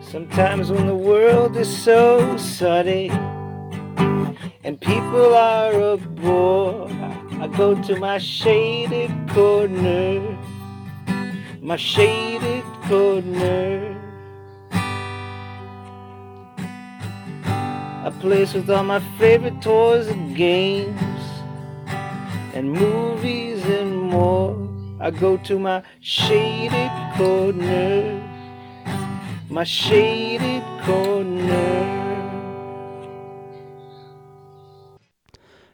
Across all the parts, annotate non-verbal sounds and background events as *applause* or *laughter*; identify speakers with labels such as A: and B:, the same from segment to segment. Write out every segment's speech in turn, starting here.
A: Sometimes when the world is so sunny and people are a bore, I go to my shaded corner, my shaded corner. A place with all my favorite toys and games and movies and more. I go to my shaded corner, my shaded corner.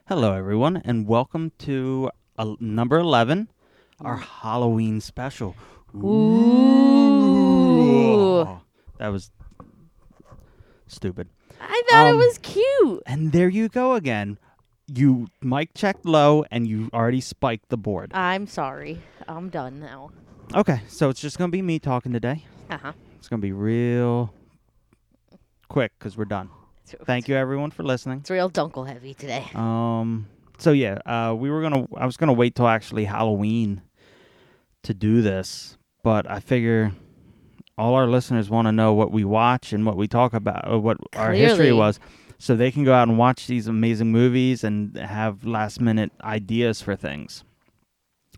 B: Hello, everyone, and welcome to uh, number 11, our Halloween special. Ooh. That was stupid.
C: I thought
B: Um,
C: it was cute.
B: And there you go again. You mic checked low and you already spiked the board.
C: I'm sorry. I'm done now.
B: Okay, so it's just going to be me talking today.
C: Uh huh.
B: It's going to be real quick because we're done. Thank you, everyone, for listening.
C: It's real dunkle heavy today.
B: Um. So yeah, uh, we were gonna. I was gonna wait till actually Halloween to do this, but I figure all our listeners want to know what we watch and what we talk about, or what our history
C: Clearly.
B: was, so they can go out and watch these amazing movies and have last minute ideas for things.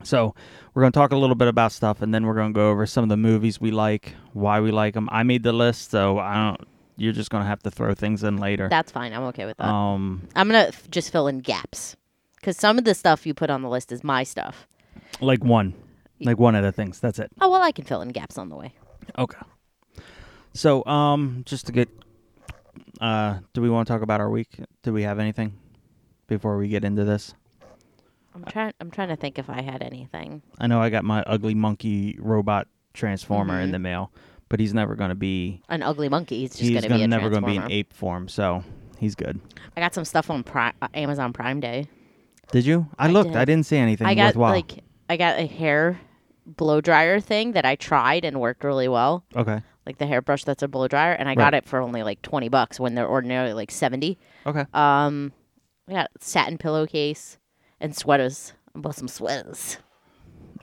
B: So we're gonna talk a little bit about stuff, and then we're gonna go over some of the movies we like, why we like them. I made the list, so I don't. You're just gonna have to throw things in later.
C: That's fine. I'm okay with that.
B: um.
C: I'm gonna f- just fill in gaps because some of the stuff you put on the list is my stuff.
B: Like one. Like one of the things. That's it.
C: Oh well, I can fill in gaps on the way.
B: Okay. So, um, just to get, uh, do we want to talk about our week? Do we have anything before we get into this?
C: I'm trying. I'm trying to think if I had anything.
B: I know I got my ugly monkey robot transformer in
C: Mhm.
B: the mail, but he's never going to be.
C: An ugly monkey. He's just
B: he's
C: gonna,
B: gonna
C: be a
B: never
C: transformer.
B: gonna be an ape form, so he's good.
C: I got some stuff on Pri- uh, Amazon Prime Day.
B: Did you? I,
C: I
B: looked. I
C: did.
B: didn't see anything
C: I got
B: worthwhile.
C: like I got a hair blow dryer thing that I tried and worked really well.
B: okay.
C: Like the hairbrush that's a blow dryer, and I
B: Right.
C: got it for only like twenty bucks when they're ordinarily like seventy.
B: Okay.
C: Um, I got satin pillowcase and sweaters. I bought some sweaters.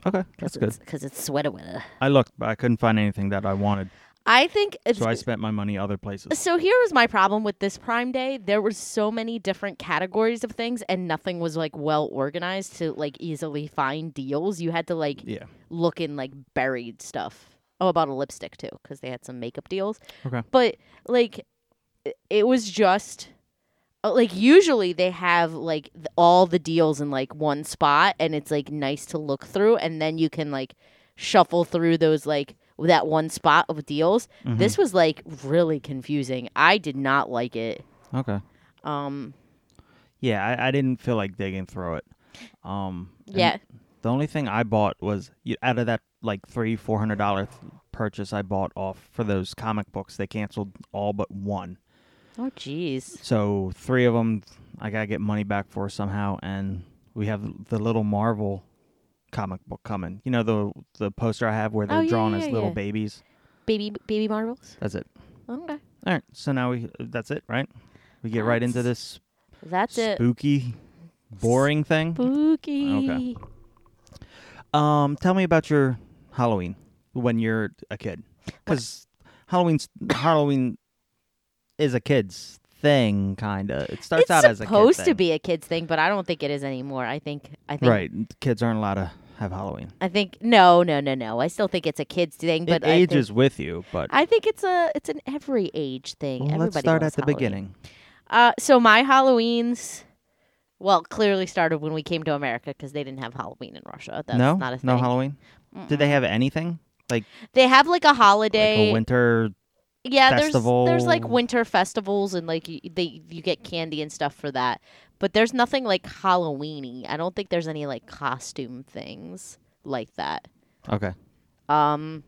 B: okay. That's
C: Cause
B: good.
C: Because it's sweater weather.
B: I looked, but I couldn't find anything that I wanted,
C: I think it's.
B: so I spent my money other places.
C: so here was my problem with this Prime Day. There were so many different categories of things, and nothing was like well organized to like easily find deals. You had to like
B: Yeah.
C: look in like buried stuff. Oh, about a lipstick too, because they had some makeup deals.
B: Okay.
C: But like, i- it was just uh, like usually they have like th- all the deals in like one spot, and it's like nice to look through, and then you can like shuffle through those like that one spot of deals.
B: Mm-hmm.
C: This was like really confusing. I did not like it.
B: Mm-hmm. Okay.
C: Um,
B: Yeah, I, I didn't feel like digging through it. Um, and
C: yeah,
B: The only thing I bought was y- out of that like three four hundred dollar th- purchase I bought off for those comic books. They canceled all but one,
C: oh jeez,
B: so three of them I gotta get money back for somehow. And we have the little Marvel comic book coming. You know the the poster I have where they're
C: Oh, yeah,
B: drawn
C: yeah,
B: as little
C: yeah.
B: babies.
C: baby baby marbles.
B: That's it.
C: Okay,
B: All right, so now we that's it, right? We get right into this
C: that's it.
B: spooky, boring thing.
C: Spooky.
B: Um, tell me about your Halloween when you're a kid, because Halloween's Halloween is a kid's thing, kind of. It starts
C: it's
B: out as a kid
C: supposed to
B: thing.
C: be a kids thing, but I don't think it is anymore. I think I think
B: right. Kids aren't allowed to have Halloween.
C: I think no, no, no, no. I still think it's a kids thing, but
B: it
C: I think-
B: ages with you, but
C: I think it's a it's an every age thing.
B: well,
C: Everybody
B: let's start at
C: loves
B: the
C: Halloween.
B: beginning.
C: Uh, so my Halloweens, well, clearly started when we came to America because they didn't have Halloween in Russia. That's
B: no,
C: not a thing.
B: no Halloween. Did they have anything like,
C: They have like a holiday.
B: like a winter?
C: yeah, there's there's like
B: festival?
C: winter festivals and like you, they you get candy and stuff for that. But there's nothing like Halloweeny. I don't think there's any like costume things like that.
B: Okay,
C: Um,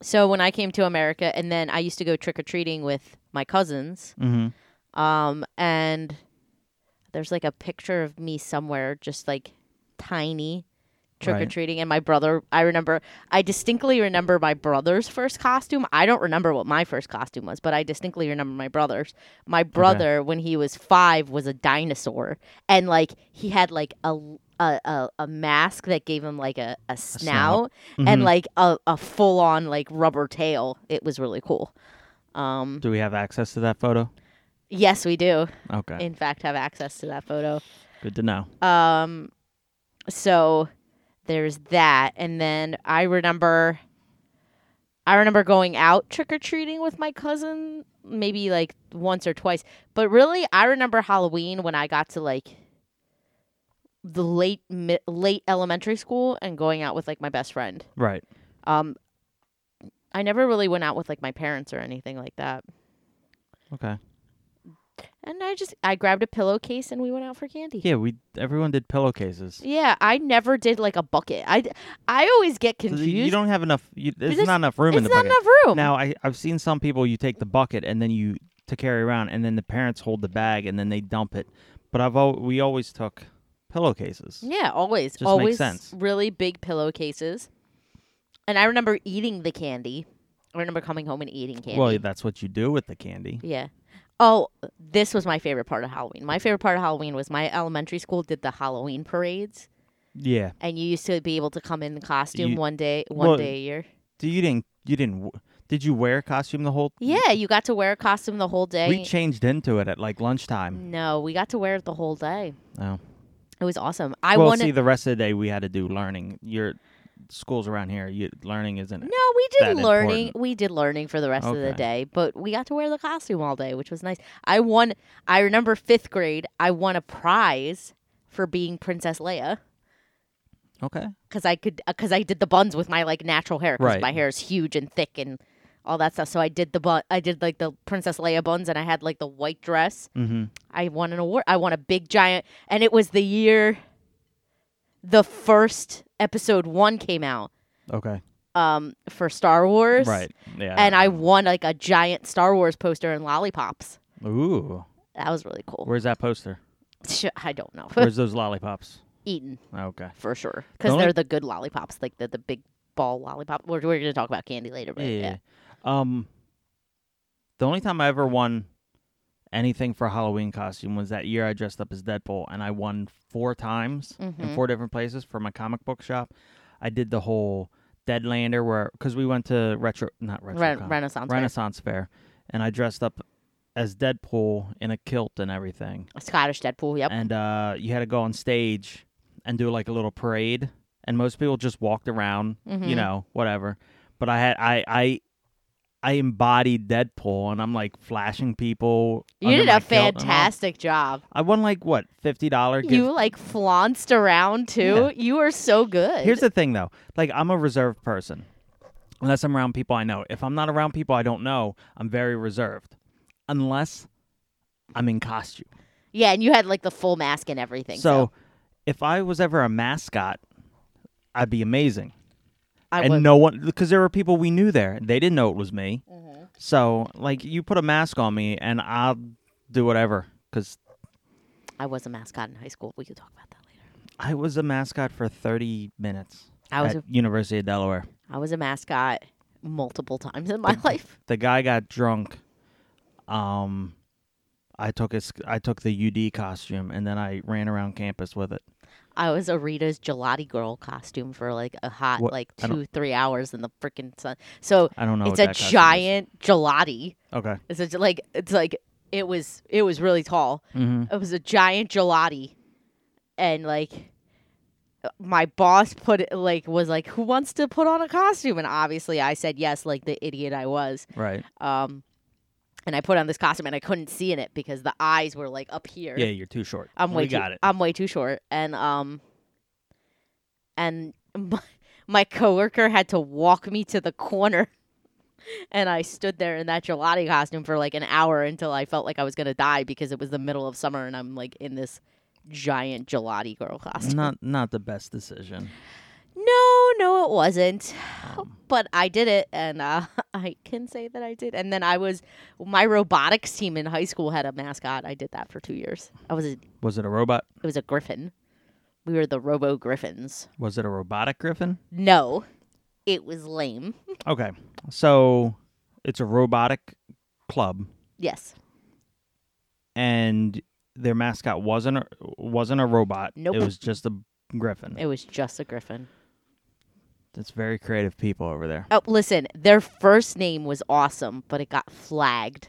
C: so when I came to America, and then I used to go trick or treating with my cousins.
B: mm-hmm.
C: Um, and there's like a picture of me somewhere, just like tiny, trick or
B: Right.
C: treating. And my brother, I remember, I distinctly remember my brother's first costume. I don't remember what my first costume was, but I distinctly remember my brother's. My brother, when he was five, was a dinosaur, and like he had like a a, a, a mask that gave him like a, a snout, Mm-hmm.
B: snout. Mhm.
C: and like a, a full on like rubber tail. It was really cool. Um,
B: Do we have access to that photo?
C: yes, we do,
B: Okay.
C: in fact, have access to that photo.
B: Good to know.
C: Um, so there's that, and then I remember, I remember going out trick or treating with my cousin, maybe like once or twice. But really, I remember Halloween when I got to like the late mi- late elementary school and going out with like my best friend.
B: Right.
C: Um, I never really went out with like my parents or anything like that.
B: Okay.
C: And I just I grabbed a pillowcase and we went out for candy.
B: Yeah, we everyone did pillowcases.
C: Yeah, I never did like a bucket. I, I always get
B: So
C: confused.
B: You don't have enough. You, there's
C: There's-
B: not enough room in the
C: it's not
B: bucket.
C: enough room.
B: Now I I've seen some people you take the bucket and then you to carry around and then the parents hold the bag and then they dump it. But I've al- we always took pillowcases.
C: yeah, always,
B: Just makes
C: always
B: sense.
C: really big pillowcases. And I remember eating the candy. I remember coming home and eating candy.
B: Well, that's what you do with the candy.
C: yeah. Oh, this was my favorite part of Halloween. My favorite part of Halloween was my elementary school did the Halloween parades,
B: Yeah.
C: and you used to be able to come in costume
B: You-
C: one day, one
B: well,
C: day a year.
B: Do you didn't you didn't w- did you wear a costume the whole?
C: Yeah, you got to wear a costume the whole day.
B: We changed into it at like lunchtime.
C: no, we got to wear it the whole day.
B: Oh.
C: It was awesome. Mm. I
B: well,
C: wanted
B: see, the rest of the day we had to do learning. Your schools around here, you, learning isn't.
C: No, we did
B: that
C: learning.
B: important.
C: We did learning for the rest of the
B: Okay.
C: day, but we got to wear the costume all day, which was nice. I won. I remember fifth grade. I won a prize for being Princess Leia
B: Okay.
C: because I could because I did the buns with my like natural hair because
B: Right.
C: my hair is huge and thick and all that stuff. So I did the bun. I did like the Princess Leia buns, and I had like the white dress.
B: Mm-hmm.
C: I won an award. I won a big giant, and it was the year the first episode one came out
B: Okay.
C: um, for Star Wars,
B: Right. Yeah.
C: and I won like a giant Star Wars poster and lollipops.
B: Ooh.
C: That was really cool.
B: Where's that poster?
C: Sh- I don't know. *laughs*
B: Where's those lollipops?
C: Eaten
B: Okay.
C: for sure
B: The
C: because
B: only-
C: they're the good lollipops, like the the big ball lollipop. We're we're gonna talk about candy later, but
B: Yeah.
C: yeah.
B: yeah, yeah. Um. The only time I ever won anything for a Halloween costume was that year I dressed up as Deadpool, and I won four times in
C: Mhm.
B: four different places for my comic book shop. I did the whole Deadlander where because we went to retro, not retro,
C: Ren-
B: Con,
C: Renaissance. Fair.
B: Renaissance Fair, and I dressed up as Deadpool in a kilt and everything.
C: Scottish Deadpool. Yep.
B: And uh, you had to go on stage and do like a little parade, and most people just walked around, you
C: Mhm.
B: know, whatever. But I had I I I embodied Deadpool, and I'm like flashing people.
C: you
B: under
C: did
B: my uh-huh.
C: a
B: kilt and all.
C: fantastic job.
B: I won like what fifty dollar gift
C: You like flounced around too. You were so good.
B: Here's the thing, though. Like, I'm a reserved person. Unless I'm around people I know. If I'm not around people I don't know, I'm very reserved. Unless I'm in costume.
C: yeah, and you had like the full mask and everything. So,
B: so, if I was ever a mascot, I'd be amazing.
C: I
B: and
C: would.
B: no one, because there were people we knew there. They didn't know it was me.
C: Mm-hmm.
B: So, like, you put a mask on me and I'll do whatever. Because
C: I was a mascot in high school. We could talk about that later.
B: I was a mascot for 30 minutes
C: I was
B: at University of Delaware.
C: I was a mascot multiple times in my *laughs* life.
B: the guy got drunk. Um, I took his I took the UD costume and then I ran around campus with it.
C: I was Arita's gelati girl costume for like a hot
B: What-
C: like
B: I don't-
C: two three hours in the freaking sun. So
B: I don't know.
C: it's
B: what that
C: a
B: costume is.
C: giant gelati.
B: Okay.
C: It's a, like it's like it was it was really tall.
B: hmm
C: It was a giant gelati, and like my boss put it like was like who wants to put on a costume and obviously I said yes like the idiot I was
B: Right.
C: um and I put on this costume and I couldn't see in it because the eyes were like up here
B: Yeah, you're too short.
C: Er, I'm way
B: we
C: too,
B: got it.
C: I'm way too short, and um, and *laughs* my, my coworker had to walk me to the corner, *laughs* and I stood there in that gelati costume for like an hour until I felt like I was gonna die because it was the middle of summer and I'm like in this giant gelati girl costume.
B: not not the best decision. Um,
C: No, no, it wasn't. But I did it, and uh, *laughs* I can say that I did. And then I was my robotics team in high school had a mascot. I did that for two years. I was a
B: Was it a robot?
C: it was a griffin. We were the Robo Griffins.
B: Was it a robotic griffin?
C: No, it was lame.
B: Okay. So it's a robotic club
C: Yes.
B: and their mascot wasn't a, wasn't a robot.
C: Nope.
B: It was just a griffin.
C: It was just a griffin.
B: That's very creative people over there.
C: Oh, listen, their first name was awesome, but it got flagged.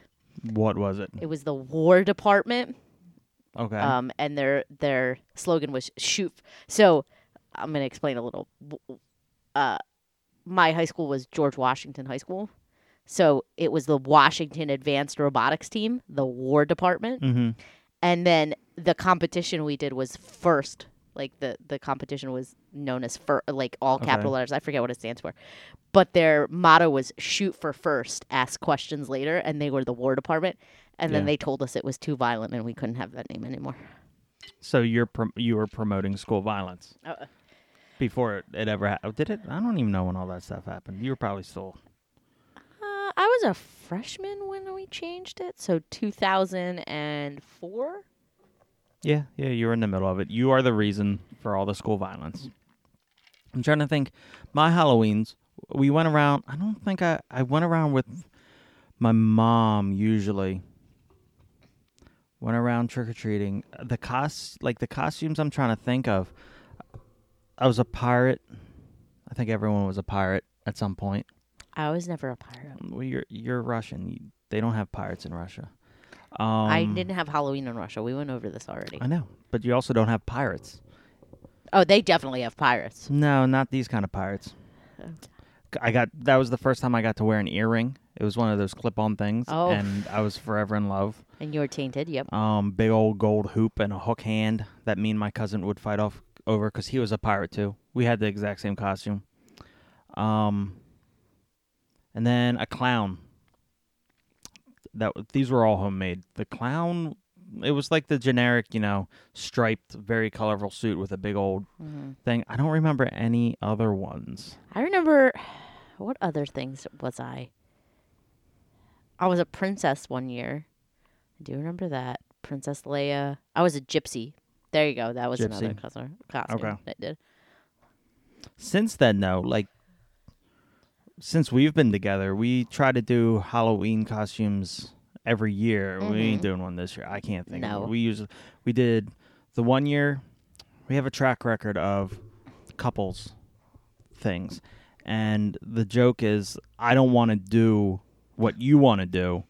B: What was it?
C: It was the War Department,
B: Okay.
C: um, and their their slogan was "Shoot." So I'm gonna explain a little. Uh, my high school was George Washington High School, so it was the Washington Advanced Robotics Team, the War Department.
B: mm-hmm.
C: and then the competition we did was first like the the competition was known as fir- like all
B: Okay.
C: capital letters i forget what it stands for but their motto was shoot for first ask questions later and they were the war department and then
B: Yeah.
C: they told us it was too violent and we couldn't have that name anymore
B: So you're prom- you were promoting school violence
C: Uh-uh.
B: before it, it ever happened. Did it? I don't even know when all that stuff happened. You were probably still
C: uh, i was a freshman when we changed it so 2004
B: Yeah, yeah, you were in the middle of it. You are the reason for all the school violence. I'm trying to think. My Halloweens, we went around. I don't think I I went around with my mom usually. Went around trick or treating. The cost like the costumes I'm trying to think of. I was a pirate. I think everyone was a pirate at some point.
C: i was never a pirate
B: Well, you're you're Russian. You, they don't have pirates in Russia. Um,
C: i didn't have halloween in russia we went over this already
B: I know, but you also don't have pirates.
C: oh they definitely have pirates Oh.
B: No, not these kind of pirates. I got that was the first time I got to wear an earring. It was one of those clip-on things,
C: Oh.
B: and I was forever in love.
C: and you were tainted yep
B: Um, big old gold hoop and a hook hand that me and my cousin would fight off over because he was a pirate too. We had the exact same costume. Um, and then a clown. That w- these were all homemade. The clown, it was like the generic, you know, striped, very colorful suit with a big old
C: hmm
B: thing. I don't remember any other ones.
C: I remember *sighs* what other things was I? I was a princess one year. I do remember that. Princess Leia. I was a gypsy. There you go. That was another
B: Gypsy.
C: costume, costume
B: Okay.
C: that I did.
B: since then though like since we've been together we try to do halloween costumes every year we ain't doing one this year i can't think of
C: Mm-hmm. No.
B: it. we usually we did the one year we have a track record of couples things and the joke is i don't want to do what you want to do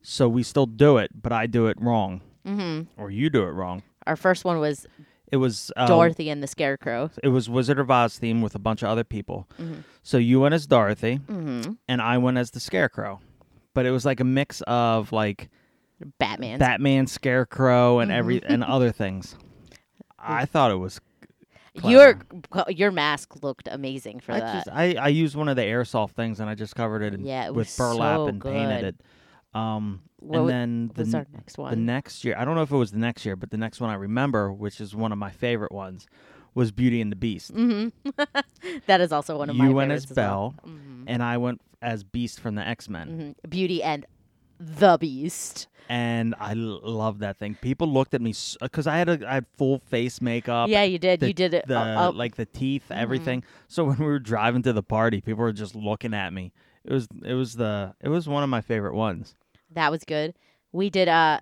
B: so we still do it but i do it wrong
C: Mm-hmm.
B: or you do it wrong
C: Our first one was
B: it was uh,
C: Dorothy and the Scarecrow.
B: it was Wizard of Oz theme with a bunch of other people.
C: Mhm.
B: So you went as Dorothy
C: Mm-hmm.
B: and I went as the Scarecrow. But it was like a mix of like
C: Batman.
B: Batman, Scarecrow, and every
C: Mm-hmm.
B: and other
C: *laughs*
B: things. I thought it was.
C: your your mask looked amazing for
B: I,
C: that.
B: just, I I used one of the airsoft things and I just covered it, in-
C: Yeah, it
B: with
C: was
B: burlap
C: so
B: and painted
C: good.
B: it. Um,
C: What
B: and
C: wa-
B: then
C: what
B: the
C: was our
B: n-
C: next
B: the
C: one?
B: next year, I don't know if it was the next year, but the next one I remember, which is one of my favorite ones, was Beauty and the Beast.
C: mm-hmm. *laughs* that is also one of my
B: you went as
C: favorites as well.
B: Belle,
C: Mhm.
B: and I went as Beast from the X Men.
C: Mhm. Beauty and the Beast.
B: and I l- love that thing. People looked at me because I had a I had full face makeup.
C: yeah, you did.
B: Uh, the-
C: you did it.
B: The,
C: uh, uh,
B: like the teeth, everything. So when we were driving to the party, people were just looking at me. It was it was the it was one of my favorite ones.
C: That was good. We did uh, a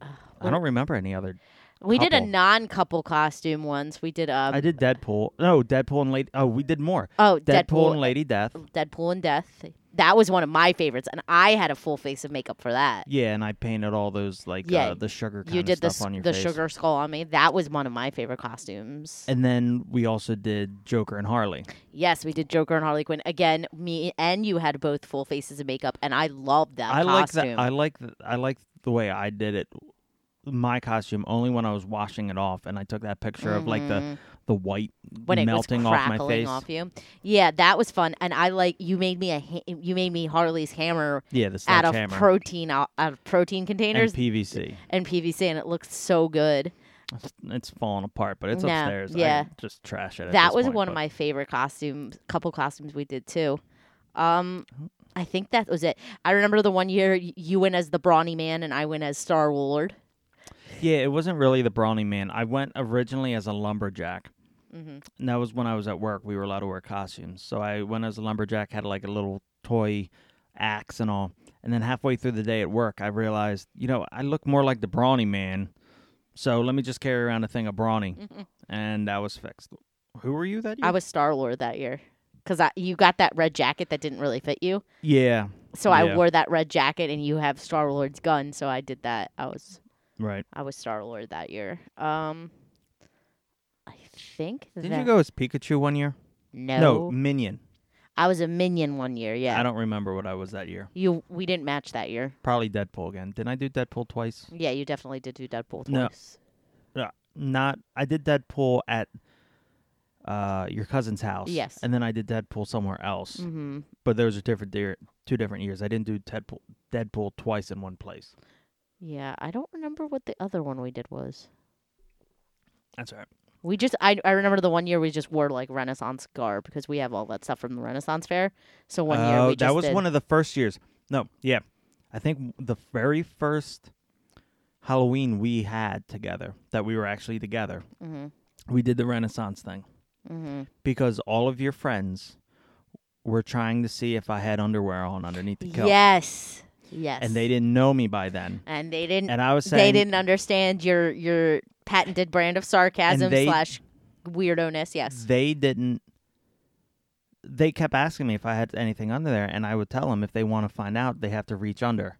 B: I don't remember any other.
C: we did a
B: Couple.
C: non-couple costume once. We did um
B: I did Deadpool. No, Deadpool and Lady. Oh, we did more.
C: oh
B: Deadpool,
C: Deadpool,
B: and Lady Death.
C: Deadpool and Death. That was one of my favorites, and I had a full face of makeup for that.
B: Yeah, and I painted all those like
C: Yeah,
B: uh, the sugar.
C: you
B: kinda
C: did the
B: stuff
C: s-
B: on your
C: the
B: face.
C: sugar skull on me. That was one of my favorite costumes.
B: And then we also did Joker and Harley.
C: yes, we did Joker and Harley Quinn again. Me and you had both full faces of makeup, and I loved that
B: I like
C: costume.
B: that. I like th- I like the way I did it. My costume only when I was washing it off, and I took that picture of like the the white
C: Mm-hmm. when it
B: melting
C: was
B: off my
C: crackling
B: face.
C: you. Yeah, that was fun, and I like you made me a ha- you made me Harley's hammer
B: Yeah, the
C: out of
B: sledgehammer
C: protein out, out of protein
B: and
C: containers and,
B: PVC.
C: PVC, and it looks so good.
B: It's- It's falling apart, but it's
C: No,
B: upstairs. I
C: yeah.
B: just trash it. at
C: that
B: this
C: was
B: point,
C: one of
B: but-
C: my favorite costumes. Couple costumes we did too. Um, I think that was it. I remember the one year y- you went as the brawny man and I went as Star Lord.
B: Yeah, it wasn't really the brawny man. I went originally as a lumberjack.
C: Mhm.
B: And that was when I was at work. We were allowed to wear costumes. So I went as a lumberjack, had like a little toy axe and all. And then halfway through the day at work, I realized, you know, I look more like the
C: *laughs*
B: brawny man. So let me just carry around a thing of brawny. and that was fixed. Who were you that year?
C: I was Star Lord that year because you got that red jacket that didn't really fit you.
B: yeah.
C: So
B: Yeah.
C: I wore that red jacket, and you have Star Lord's gun. So I did that. I was
B: Right.
C: I was Star Lord that year. Um, I think
B: Did
C: that-
B: you go as Pikachu one year?
C: No,
B: Minion.
C: I was a minion one year. Yeah,
B: I don't remember what I was that year.
C: you we didn't match that year.
B: Probably Deadpool again. Didn't I do Deadpool twice?
C: Yeah, you definitely did do Deadpool twice.
B: No. Not. I did Deadpool at uh your cousin's house.
C: Yes.
B: And then I did Deadpool somewhere else.
C: Mm-hmm.
B: But those are different dear, two different years. I didn't do Deadpool Deadpool twice in one place.
C: Yeah, I don't remember what the other one we did was.
B: That's all right.
C: We just I I remember the one year we just wore like Renaissance garb because we have all that stuff from the Renaissance fair. So one year
B: Oh,
C: we just
B: that was
C: did,
B: one of the first years. No, yeah, I think the very first Halloween we had together that we were actually together.
C: Mm-hmm,
B: We did the Renaissance thing
C: mm-hmm.
B: because all of your friends were trying to see if I had underwear on underneath the kilt,
C: Yes. Yes.
B: and they didn't know me by then.
C: and they didn't
B: And I was saying
C: they didn't understand your your patented brand of sarcasm
B: they-
C: slash weirdoness. Yes.
B: they didn't they kept asking me if I had anything under there and I would tell them if they want to find out they have to reach under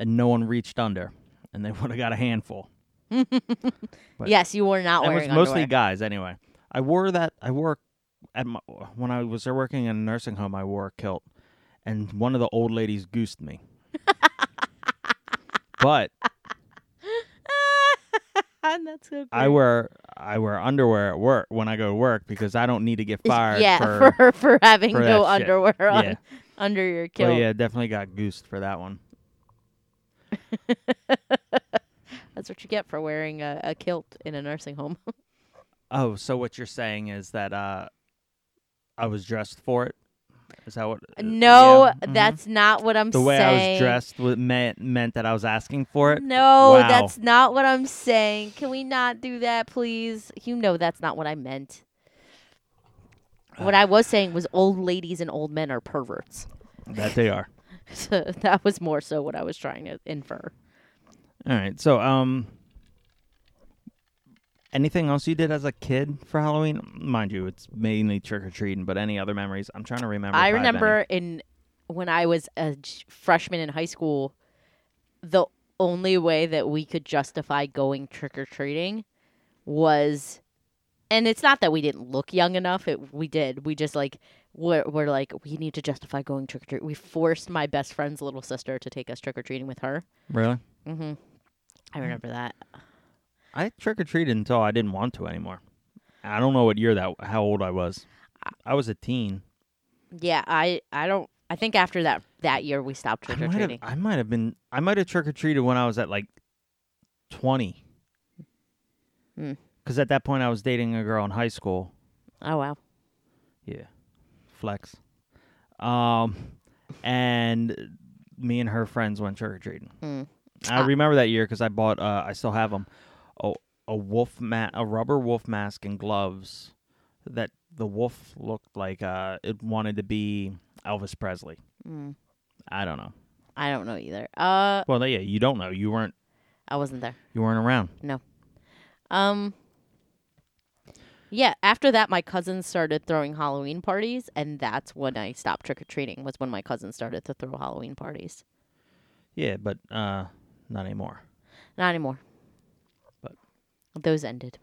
B: and no one reached under and they *laughs* would have got a handful but-
C: yes, you were not
B: and it was
C: wearing
B: mostly
C: underwear.
B: guys anyway I wore that I wore at my, when I was there working in a nursing home I wore a kilt and one of the old ladies goosed
C: *laughs*
B: me but
C: And *laughs* that's so
B: I
C: great.
B: wear I wear underwear at work when I go to work because I don't need to get fired
C: *laughs* yeah,
B: for,
C: for for having
B: for
C: no
B: that shit.
C: underwear on
B: Yeah.
C: under your kilt.
B: Well, yeah, definitely got goosed for that one.
C: *laughs* That's what you get for wearing a, a kilt in a nursing home.
B: Oh, so what you're saying is that uh, I was dressed for it? Is that what?
C: *laughs*
B: uh,
C: No,
B: yeah, mhm.
C: that's not what I'm
B: the way I was
C: saying.
B: dressed wa- meant meant that I was asking for it.
C: No,
B: Wow.
C: that's not what I'm saying. Can we not do that, please? You know that's not what I meant. What I was saying was old ladies and old men are perverts. *laughs*
B: that they are.
C: So that was more so what I was trying to infer.
B: All right. So, um, anything else you did as a kid for Halloween? Mind you, it's mainly trick or treating, but any other memories? I'm trying to remember.
C: I
B: if have any.
C: remember in when I was a j- freshman in high school, the only way that we could justify going trick or treating was, and it's not that we didn't look young enough. It we did. We just like we're, we're like we need to justify going trick or treat. We forced my best friend's little sister to take us trick or treating with her.
B: Really,
C: Mm-hmm. I remember that.
B: I trick or treated until I didn't want to anymore. I don't know what year that, how old I was. I was a teen.
C: Yeah, I I don't. I think after that that year we stopped
B: I
C: trick or
B: might, have,
C: treating.
B: I might have been. I might have trick or treated when I was at like twenty.
C: Hmm.
B: Because at that point, I was dating a girl in high school.
C: Oh wow.
B: Yeah, flex. Um, and me and her friends went trick or treating.
C: Hmm.
B: I
C: Ah.
B: remember that year because I bought. Uh, I still have them. A, a wolf ma- a rubber wolf mask and gloves that the wolf looked like uh, it wanted to be Elvis Presley.
C: Mm.
B: I don't know.
C: I don't know either. Uh,
B: Well, yeah, you don't know. You weren't.
C: I wasn't there.
B: You weren't around.
C: Um Yeah, after that my cousins started throwing Halloween parties and that's when I stopped trick or treating was when my cousins started to throw Halloween parties.
B: Yeah, but uh, not anymore.
C: Not anymore.
B: But-
C: those ended.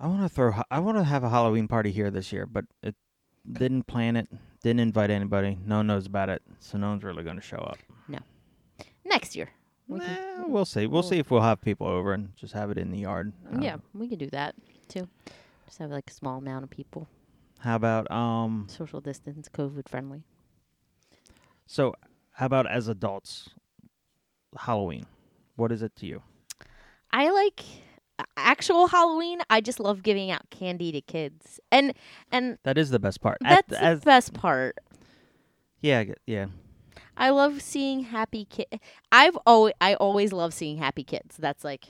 B: I want to throw. I want to have a Halloween party here this year, but it didn't plan it. Didn't invite anybody. No one knows about it, so no one's really going to show up.
C: Next year. We
B: We
C: can-
B: will see. We'll see if we'll have people over and just have it in the yard. Um, I don't
C: yeah,
B: know.
C: we can do that too. Just have like a small amount of people.
B: How about um?
C: Social distance, COVID friendly.
B: So how about as adults? Halloween. What is it to you?
C: I like actual Halloween. I just love giving out candy to kids. And and
B: That is the best part. At-
C: that's
B: as-
C: the best part.
B: yeah, I get- yeah.
C: I love seeing happy kids. I've always I always love seeing happy kids. That's like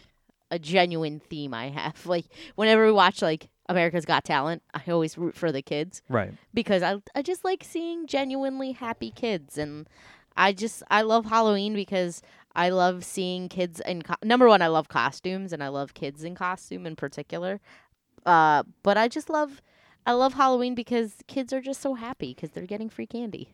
C: a genuine theme I have. *laughs* Like whenever we watch like America's Got Talent, I always root for the kids
B: Right.
C: because I I just like seeing genuinely happy kids and I just I love Halloween because I love seeing kids in co- number one I love costumes and I love kids in costume in particular. Uh, but I just love, I love Halloween because kids are just so happy because they're getting free candy.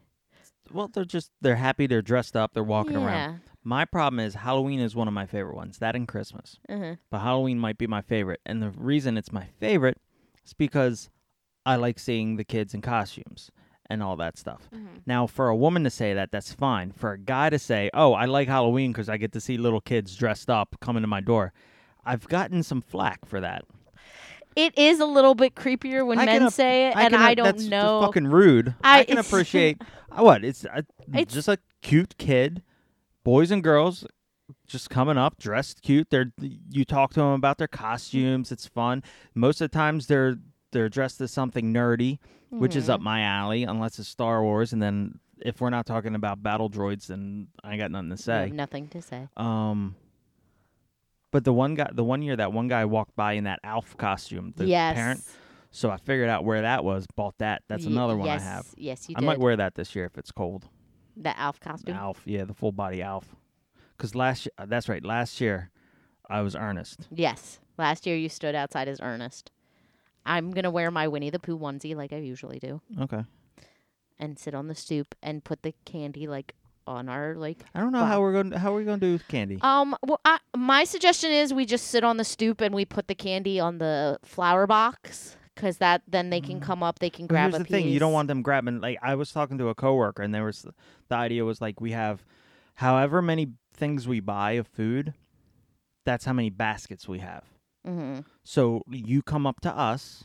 B: Well, they're just they're happy. They're dressed up. They're walking around.
C: yeah.
B: My problem is Halloween is one of my favorite ones. That and Christmas,
C: Uh-huh.
B: but Halloween might be my favorite. And the reason it's my favorite is because I like seeing the kids in costumes and all that stuff. Now, for a woman to say that, that's fine. For a guy to say, "Oh, I like Halloween because I get to see little kids dressed up coming to my door," I've gotten some flack for that.
C: It is a little bit creepier when
B: I can
C: men
B: ap-
C: say it, and
B: can-
C: I don't
B: that's just
C: know.
B: fucking rude. I,
C: *laughs* I-
B: can appreciate uh, what it's, uh,
C: It's-
B: just a cute kid, boys and girls, just coming up dressed cute. They're you talk to them about their costumes. It's fun. Most of the times they're they're dressed as something nerdy,
C: Hmm.
B: which is up
C: Mm-hmm.
B: my alley. Unless it's Star Wars, and then if we're not talking about battle droids, then I got nothing to
C: You have
B: say.
C: nothing to say.
B: Um. But the one guy, the one year that one guy walked by in that Alf costume, the
C: yes.
B: parent so I figured out where that was, bought that. That's
C: Ye-
B: another one
C: yes,
B: I have.
C: Yes, you
B: I
C: did.
B: might wear that this year if it's cold.
C: the Alf costume.
B: Alf, yeah, the full body Alf. Because last, y- uh, that's right, last year I was Ernest.
C: Yes. Last year you stood outside as Ernest. I'm going to wear my Winnie the Pooh onesie like I usually do
B: Okay.
C: and sit on the stoop and put the candy like on our like
B: I don't know
C: Wow.
B: how we're going. to How are we going to do with candy?
C: um well I, my suggestion is we just sit on the stoop and we put the candy on the flower box cuz that then they can come up they can
B: Mm. But
C: grab
B: Here's
C: a
B: the thing: you don't
C: piece.
B: want them grabbing. Like I was talking to a coworker, and there was uh, the idea was like we have, however many things we buy of food, that's how many baskets we have.
C: Mhm.
B: So you come up to us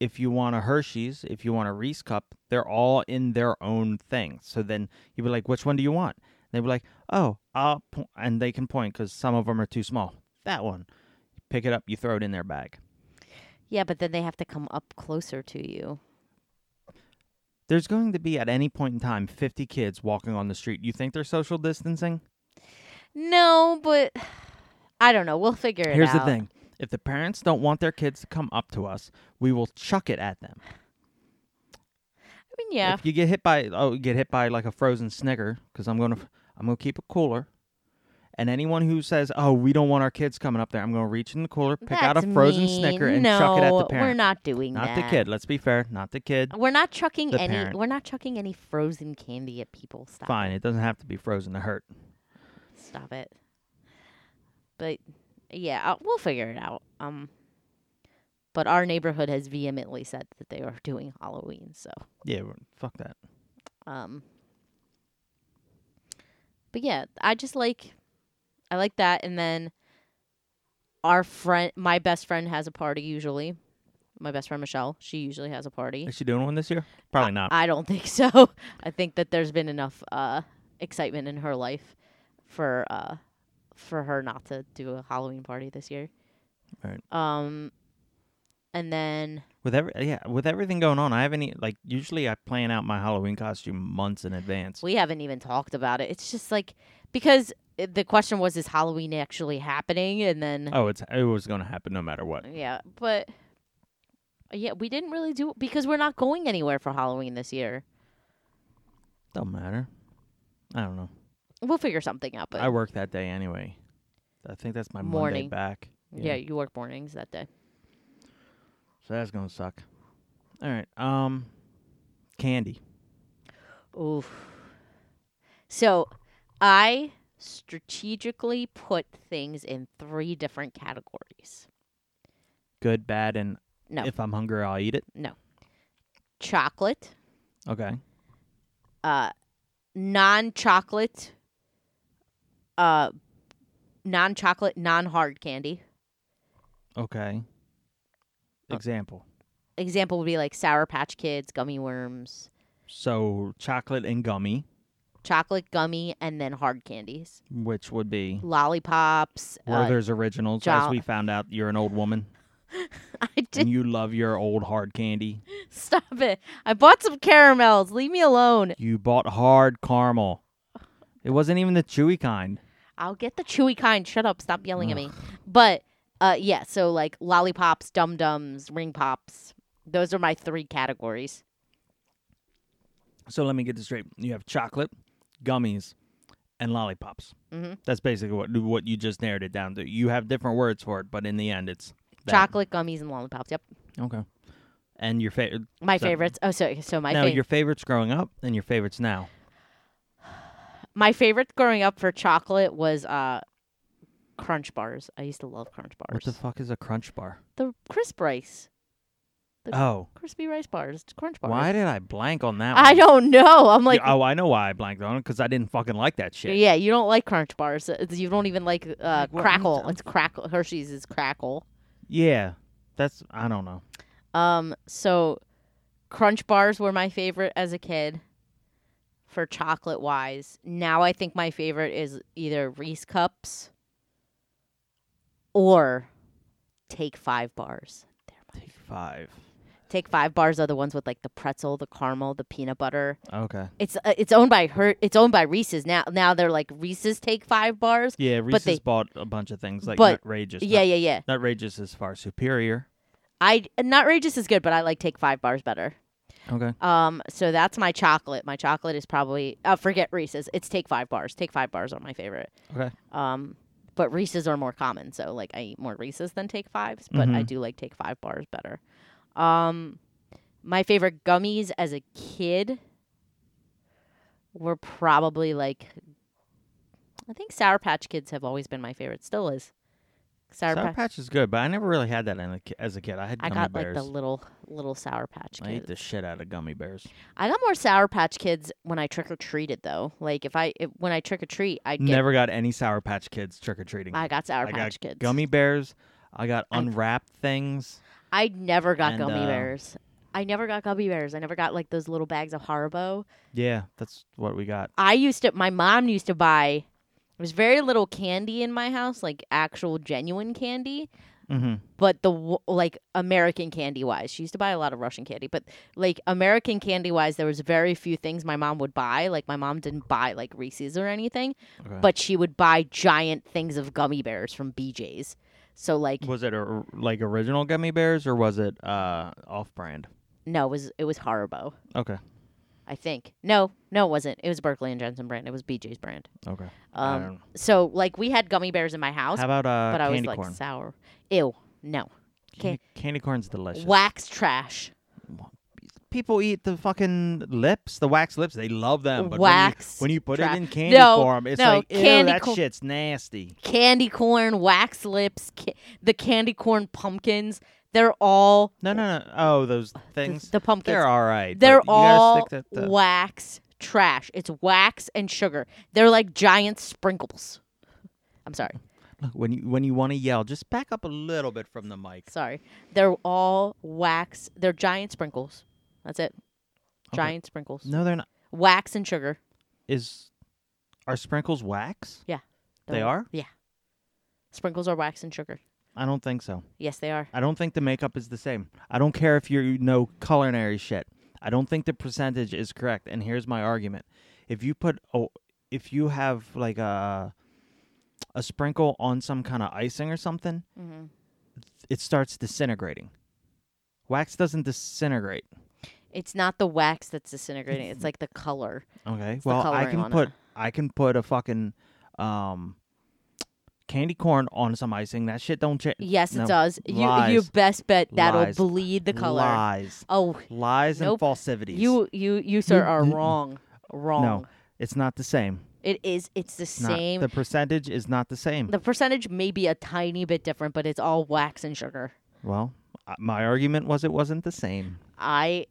B: if you want a Hershey's, if you want a Reese cup, they're all in their own thing. So then you'd be like, which one do you want? And they'd be like, oh, I'll po-, and they can point because some of them are too small. That one. Pick it up, you throw it in their bag.
C: Yeah, but then they have to come up closer to you.
B: There's going to be at any point in time 50 kids walking on the street. You think they're social distancing?
C: No, but *sighs* I don't know. We'll figure it
B: Here's
C: out.
B: the thing if the parents don't want their kids to come up to us, we will chuck it at them.
C: I mean, yeah.
B: If you get hit by oh, you get hit by like a frozen Snicker, because I'm gonna I'm gonna keep it cooler. And anyone who says, "Oh, we don't want our kids coming up there," I'm gonna reach in the cooler, pick out a
C: That's
B: frozen
C: mean.
B: Snicker, and
C: no,
B: chuck it at the parent.
C: We're not doing
B: Not
C: that.
B: the kid. Let's be fair. Not the kid.
C: We're not chucking
B: The
C: any.
B: parent.
C: We're not chucking any frozen candy at people. Stop.
B: Fine.
C: It.
B: It doesn't have to be frozen to hurt.
C: Stop it. But yeah, I'll, we'll figure it out. Um, but our neighborhood has vehemently said that they are doing Halloween. So,
B: Yeah. we're- Fuck that.
C: um, but yeah, I just like, I like that. And then our friend, my best friend, has a party usually. My best friend Michelle, she usually has a party.
B: Is she doing one this year? Probably not.
C: Uh, I don't think so. *laughs* I think that there's been enough uh, excitement in her life for uh, for her not to do a Halloween party this year.
B: Right.
C: Um, and then
B: with every yeah, with everything going on, I haven't e- like usually I plan out my Halloween costume months in advance.
C: we haven't even talked about it. It's just like because uh, the question was, is Halloween actually happening? And then
B: Oh, it's it was gonna happen no matter what.
C: yeah, but yeah, we didn't really do because we're not going anywhere for Halloween this year.
B: Don't matter. I don't know.
C: We'll figure something out. But
B: I work that day anyway. I think that's my Monday
C: Morning.
B: back.
C: yeah, you work mornings that day.
B: So that's gonna suck. All right. Um, candy.
C: Oof. So I strategically put things in three different categories
B: Good, bad, and
C: No.
B: if I'm hungry, I'll eat it.
C: chocolate,
B: Okay.
C: uh, non chocolate, uh, non chocolate, non hard candy.
B: Okay.
C: Uh,
B: Example.
C: Example would be like Sour Patch Kids, gummy worms,
B: So chocolate and gummy,
C: chocolate gummy, and then hard candies,
B: which would be
C: lollipops. uh,
B: Werther's originals. as
C: jo-
B: we found out, you're an old
C: *laughs*
B: woman
C: uh, I did
B: and you love your old hard candy.
C: stop it. I bought some caramels. Leave me alone.
B: You bought hard caramel. It wasn't even the chewy kind.
C: I'll get the chewy kind. Shut up. Stop yelling at me. But uh yeah, so like lollipops, dum dums, ring pops. Those are my three categories.
B: So let me get this straight. You have chocolate, gummies, and lollipops.
C: Mhm.
B: That's basically what what you just narrowed it down to. You have different words for it, but in the end, it's That.
C: Chocolate gummies and lollipops. Yep,
B: Okay. And your favorite?
C: my
B: So-
C: favorites. Oh, so so my
B: Now
C: favorite.
B: your favorites growing up and your favorites now.
C: my favorite growing up for chocolate was uh, Crunch bars. I used to love Crunch
B: What
C: bars.
B: the fuck is a crunch bar?
C: the crisp rice, The-
B: Oh,
C: crispy rice bars, Crunch bars.
B: why did I blank on that?
C: I
B: one?
C: don't know. I'm like,
B: Yeah, oh, I know why I blanked on it because I didn't fucking like that shit.
C: yeah, you don't like Crunch bars. It's- you don't even like uh,
B: Like, what-
C: crackle. It's crackle. Hershey's is crackle.
B: Yeah, that's I don't know.
C: Um, so Crunch bars were my favorite as a kid for chocolate wise. Now I think my favorite is either Reese cups or Take 5 bars. They're my
B: Take five.
C: Take 5 bars are the ones with like the pretzel, the caramel, the peanut butter.
B: Okay.
C: It's uh, it's owned by her it's owned by Reese's now. Now they're like Reese's Take 5 bars.
B: Yeah, Reese's
C: they-
B: bought a bunch of things like
C: but-
B: Nutrageous.
C: Yeah, yeah, yeah.
B: Nut, Nutrageous is far superior.
C: I not Rageous is good, but I like Take 5 bars better.
B: Okay.
C: Um, so that's my chocolate. My chocolate is probably uh, forget Reese's. It's take five bars. Take five bars are my favorite.
B: Okay.
C: Um, but Reese's are more common, so like I eat more Reese's than take fives, but I
B: Mhm.
C: do like take five bars better. Um, my favorite gummies as a kid were probably like I think Sour Patch Kids have always been my favorite. Still is Sour,
B: Sour,
C: Patch.
B: Patch. is good, but I never really had that in a ki- as a kid. I had
C: I
B: gummy
C: got like
B: bears.
C: the little little Sour Patch Kids.
B: I ate the shit out of gummy bears.
C: I got more Sour Patch Kids when I trick or treated though. Like if I if, when I trick or treat, I get
B: Never got any Sour Patch Kids trick or treating.
C: I got Sour
B: I got
C: Patch Kids.
B: gummy bears. I got
C: I-
B: unwrapped things.
C: I never got
B: and,
C: gummy
B: uh,
C: bears. I never got gummy bears. I never got like those little bags of Haribo.
B: Yeah, that's what we got.
C: I used to. My mom used to buy. There was very little candy in my house, like actual genuine candy.
B: Mm-hmm.
C: but the w- like American candy wise, she used to buy a lot of Russian candy, but like American candy wise, there was very few things my mom would buy. Like my mom didn't buy like Reese's or anything,
B: Okay.
C: but she would buy giant things of gummy bears from BJ's. So like
B: Was it or like original gummy bears or was it uh, off-brand?
C: no, it was it was Haribo,
B: Okay.
C: I think. No, no, it wasn't. It was Berkeley and Jensen brand. It was BJ's brand.
B: Okay. I
C: Um,
B: don't-
C: so like we had gummy bears in my house,
B: How about uh,
C: but I was
B: candy
C: like
B: corn?
C: sour. Ew, no,
B: Candy, candy corn's delicious.
C: wax trash.
B: People eat the fucking lips, the wax lips. They love them. But
C: Wax
B: When you, when you put
C: tra-
B: it in candy
C: No,
B: form, it's
C: no,
B: like, ew,
C: candy
B: that
C: corn-
B: shit's nasty.
C: candy corn, wax lips, ca- the candy corn pumpkins. They're all
B: No, no, no. Oh, those
C: the-
B: things.
C: the pumpkins.
B: They're all right. but
C: They're
B: you
C: all
B: gotta stick that, the,
C: wax trash. It's wax and sugar. They're like giant sprinkles. I'm sorry.
B: Look, when you when you want to yell, just back up a little bit from the mic.
C: Sorry. They're all wax. They're giant sprinkles. That's it.
B: Okay.
C: Giant sprinkles.
B: No, they're not.
C: Wax and sugar.
B: Is are sprinkles wax? They
C: They're-
B: are?
C: Yeah. Sprinkles are wax and sugar.
B: I don't think so.
C: Yes, they are.
B: I don't think the makeup is the same. I don't care if you know culinary shit. I don't think the percentage is correct. And here's my argument: if you put oh, if you have like a a sprinkle on some kind of icing or something,
C: hmm
B: it starts disintegrating. Wax doesn't disintegrate.
C: It's not the wax that's disintegrating. It's like the color.
B: Okay.
C: the
B: well, I
C: coloring
B: can
C: on it.
B: put I can put a fucking um candy corn on some icing. That shit don't change.
C: Yes,
B: No.
C: it does. You you
B: Lies.
C: best bet that'll
B: Lies.
C: bleed the color.
B: Lies,
C: Oh,
B: lies,
C: Nope.
B: and falsities.
C: you you you sir
B: You-
C: are
B: n-
C: wrong. Wrong.
B: no, it's not the same.
C: It is. It's the
B: Not-
C: same.
B: the percentage is not the same.
C: the percentage may be a tiny bit different, but it's all wax and sugar.
B: well, uh, my argument was it wasn't the
C: *laughs*
B: same.
C: I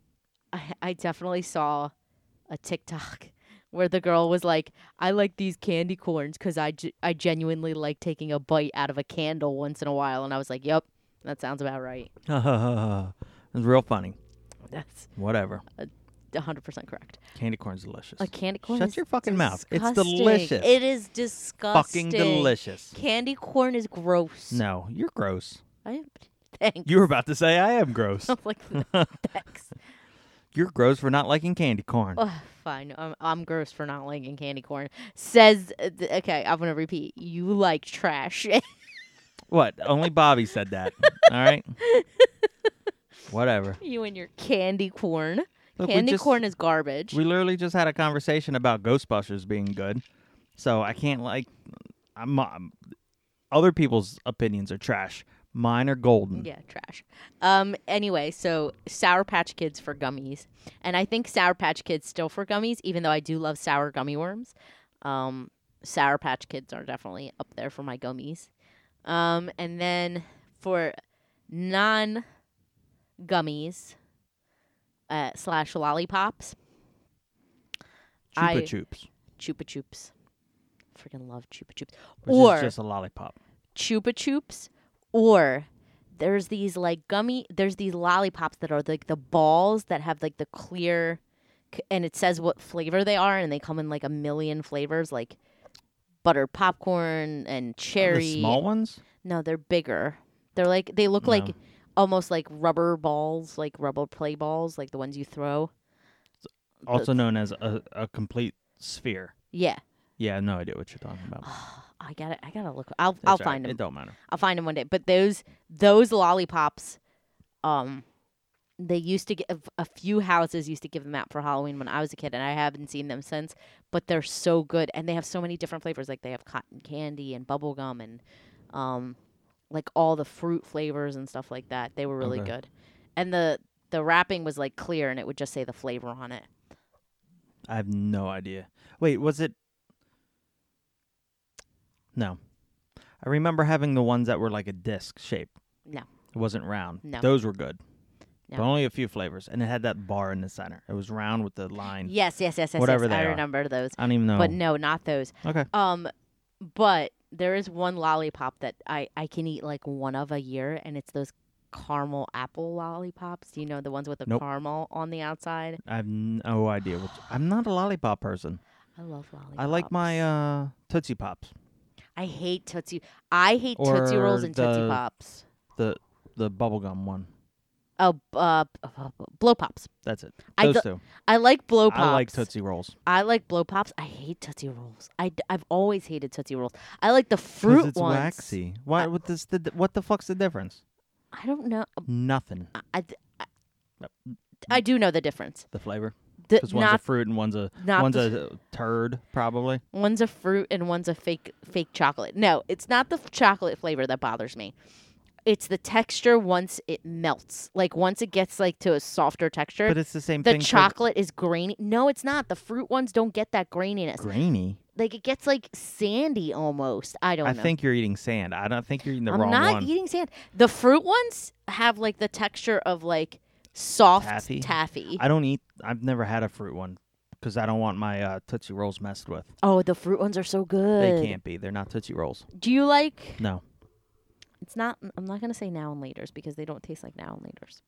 C: I, I definitely saw a TikTok *laughs* where the girl was like, "I like these candy corns because I ge- I genuinely like taking a bite out of a candle once in a while," and I was like, "Yep, that sounds about right. *laughs*
B: it was real funny.
C: That's
B: Whatever.
C: 100 percent correct."
B: Candy corn's delicious.
C: A candy corn.
B: Shut
C: is
B: your fucking mouth. It's
C: disgusting.
B: delicious.
C: It is disgusting.
B: fucking delicious.
C: Candy corn is gross.
B: No, you're gross.
C: *laughs* I, thanks.
B: You were about to say I am gross.
C: *laughs* I'm like,
B: *laughs*
C: thanks.
B: You're gross for not liking candy corn.
C: Ugh, fine. I'm, I'm gross for not liking candy corn. Says, uh, th- okay, I'm going to repeat. You like trash. *laughs*
B: What? Only Bobby said that. All right. Whatever.
C: you and your candy corn.
B: Look, we
C: candy
B: just-
C: corn is garbage.
B: We literally just had a conversation about Ghostbusters being good, so I can't like. I'm, um, other people's opinions are trash, Mine are golden.
C: Yeah, trash. Um. Anyway, so Sour Patch Kids for gummies, and I think Sour Patch Kids still for gummies, even though I do love sour gummy worms. Um, Sour Patch Kids are definitely up there for my gummies. Um, and then for non gummies uh, slash lollipops,
B: Chupa
C: I-
B: Chups,
C: Chupa Chups. Freaking love Chupa Chups.
B: which
C: or
B: is just a lollipop.
C: Chupa Chups, or there's these like gummy, there's these lollipops that are like the balls that have like the clear, c- and it says what flavor they are, and they come in like a million flavors, like buttered popcorn and cherry.
B: The small ones.
C: No, they're bigger. They're like they look like
B: No.
C: almost like rubber balls, like rubber play balls, like the ones you throw.
B: also known as a, a complete sphere.
C: Yeah. *sighs*
B: Yeah, no idea what you're talking about.
C: I gotta, I gotta look. I'll,
B: It's
C: I'll
B: all right,
C: find them.
B: It don't matter.
C: I'll find them one day. But those those lollipops, um, they used to give a few houses used to give them out for Halloween when I was a kid, and I haven't seen them since. But they're so good, and they have so many different flavors. Like they have cotton candy and bubble gum and, um, like all the fruit flavors and stuff like that. They were really
B: Okay.
C: good, and the the wrapping was like clear, and it would just say the flavor on it.
B: I have no idea. Wait, was it? No, I remember having the ones that were like a disc shape.
C: No.
B: it wasn't round.
C: No.
B: those were good. But
C: No.
B: only a few flavors, and it had that bar in the center. It was round with the line.
C: Yes, yes, yes, yes.
B: Whatever
C: yes.
B: they
C: I
B: are.
C: remember those,
B: I don't even know.
C: but no, not those.
B: Okay.
C: Um, but there is one lollipop that I I can eat like one of a year, and it's those caramel apple lollipops. You know the ones with the
B: Nope.
C: caramel on the outside.
B: I have no idea. What I'm not a lollipop person.
C: I love lollipops.
B: I like my uh, Tootsie Pops.
C: I hate tootsie. I hate tootsie rolls
B: Or
C: and tootsie
B: the-
C: pops.
B: The the bubblegum one.
C: Oh, b- uh, b- b- b- blow pops.
B: That's it.
C: I
B: Those
C: do-
B: two.
C: I like blow pops.
B: I like Tootsie Rolls.
C: I like blow pops. I hate tootsie rolls. I have always hated tootsie rolls. I like the fruit
B: it's
C: ones.
B: waxy. Why? What this? The, di- what the fuck's the difference?
C: I don't know.
B: Nothing.
C: I, I, I, I do know the difference.
B: The flavor.
C: The,
B: Because one's a
C: not
B: fruit and one's a
C: not
B: one's
C: the-
B: a turd probably.
C: One's a fruit and one's a fake fake chocolate. No, it's not the f- chocolate flavor that bothers me. It's the texture once it melts. Like once it gets like to a softer texture,
B: But it's the same
C: the
B: thing. for
C: chocolate is grainy. No, it's not. The fruit ones don't get that graininess.
B: grainy.
C: like it gets like sandy almost. I don't
B: I
C: know.
B: think you're eating sand. I don't think you're eating the
C: I'm
B: wrong
C: not
B: one.
C: eating sand. The fruit ones have like the texture of like soft
B: Taffy?
C: taffy.
B: I don't eat. I've never had a fruit one because I don't want my uh, Tootsie Rolls messed with.
C: oh, the fruit ones are so good.
B: They can't be. They're not Tootsie Rolls.
C: Do you like
B: No.
C: It's not I'm not going to say now and laters because they don't taste like now and laters.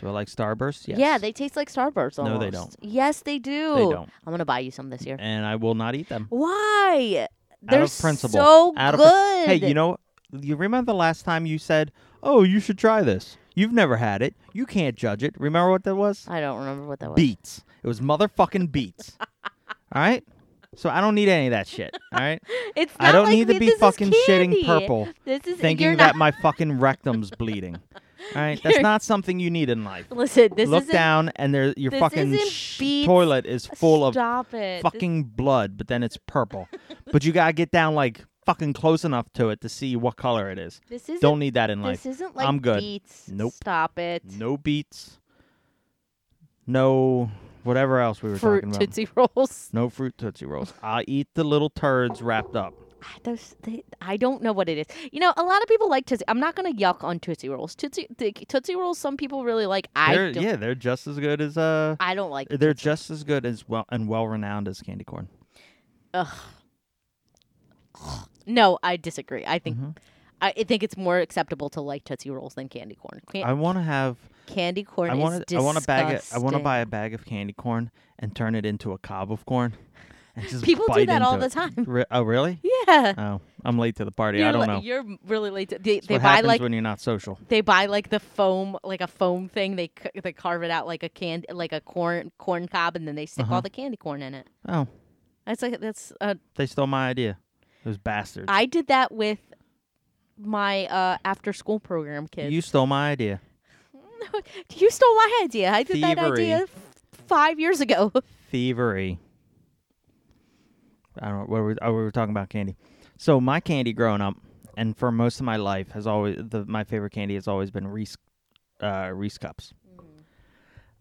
B: Do I like Starburst? Yes.
C: Yeah, they taste like Starburst almost.
B: No, they
C: Yes, they do.
B: They don't.
C: I'm gonna buy you some this year.
B: And I will not eat them.
C: Why? They're
B: out of principle.
C: so
B: Out of prin-
C: good.
B: hey, you know, you remember the last time you said, "Oh, you should try this." You've never had it. You can't judge it. Remember what that was?
C: I don't remember what that was.
B: Beats. It was motherfucking
C: *laughs*
B: beats. all right. So I don't need any of that shit. All right.
C: It's
B: I
C: *laughs* not
B: don't
C: like
B: need to
C: me-
B: be
C: this is
B: fucking shitting
C: candy.
B: purple,
C: This is
B: thinking
C: *laughs* you're
B: that
C: not,
B: my fucking rectum's bleeding. All right. That's
C: You're-
B: not something you need in life.
C: *laughs* Listen, this
B: Look
C: isn't.
B: down, and there your
C: this
B: fucking
C: isn't
B: sh-
C: Beats.
B: toilet is full of
C: Stop it. This-
B: fucking blood, but then it's purple. but you gotta get down like fucking close enough to it to see what color it is.
C: This, isn't.
B: Don't need that in
C: This
B: life.
C: isn't like
B: I'm good.
C: Beats.
B: Nope.
C: Stop it.
B: No beets. No whatever else we were
C: Fruit
B: talking about.
C: tootsie rolls.
B: No fruit tootsie rolls. I eat the little turds wrapped up.
C: Ah, Those, they, I don't know what it is. You know, a lot of people like Tootsie. I'm not gonna yuck on Tootsie Rolls. Tootsie, the, Tootsie Rolls. Some people really like. I
B: They're,
C: don't.
B: yeah, they're just as good as uh.
C: I don't like.
B: They're just as good as well and well renowned as candy corn.
C: Ugh. No, I disagree. I think
B: Mm-hmm.
C: I, I think it's more acceptable to like Tootsie Rolls than candy corn. Can-
B: I want to have.
C: candy corn
B: I want.
C: is
B: I want to bag. it. I want to
C: disgusting.
B: buy a bag of candy corn and turn it into a cob of corn. *laughs* And just
C: People do
B: bite
C: that all
B: into
C: the
B: it.
C: time.
B: Re- oh, really?
C: *laughs* Yeah.
B: Oh, I'm late to the party.
C: you're
B: I don't
C: li-
B: know.
C: You're really late. To, they
B: It's
C: they
B: what
C: buy
B: happens
C: like
B: when you're not social.
C: they buy like the foam, like a foam thing. They c- they carve it out like a can, like a corn corn cob, and then they stick
B: Uh-huh.
C: all the candy corn in it.
B: Oh,
C: That's like that's. Uh,
B: they stole my idea. Those bastards.
C: I did that with my uh, after school program kids.
B: you stole my idea.
C: You stole my idea. I did that
B: Thievery.
C: idea f- five years ago. *laughs*
B: Thievery. I don't know. What were, oh, we were talking about candy. So my candy growing up, and for most of my life has always the my favorite candy has always been Reese uh, Reese cups.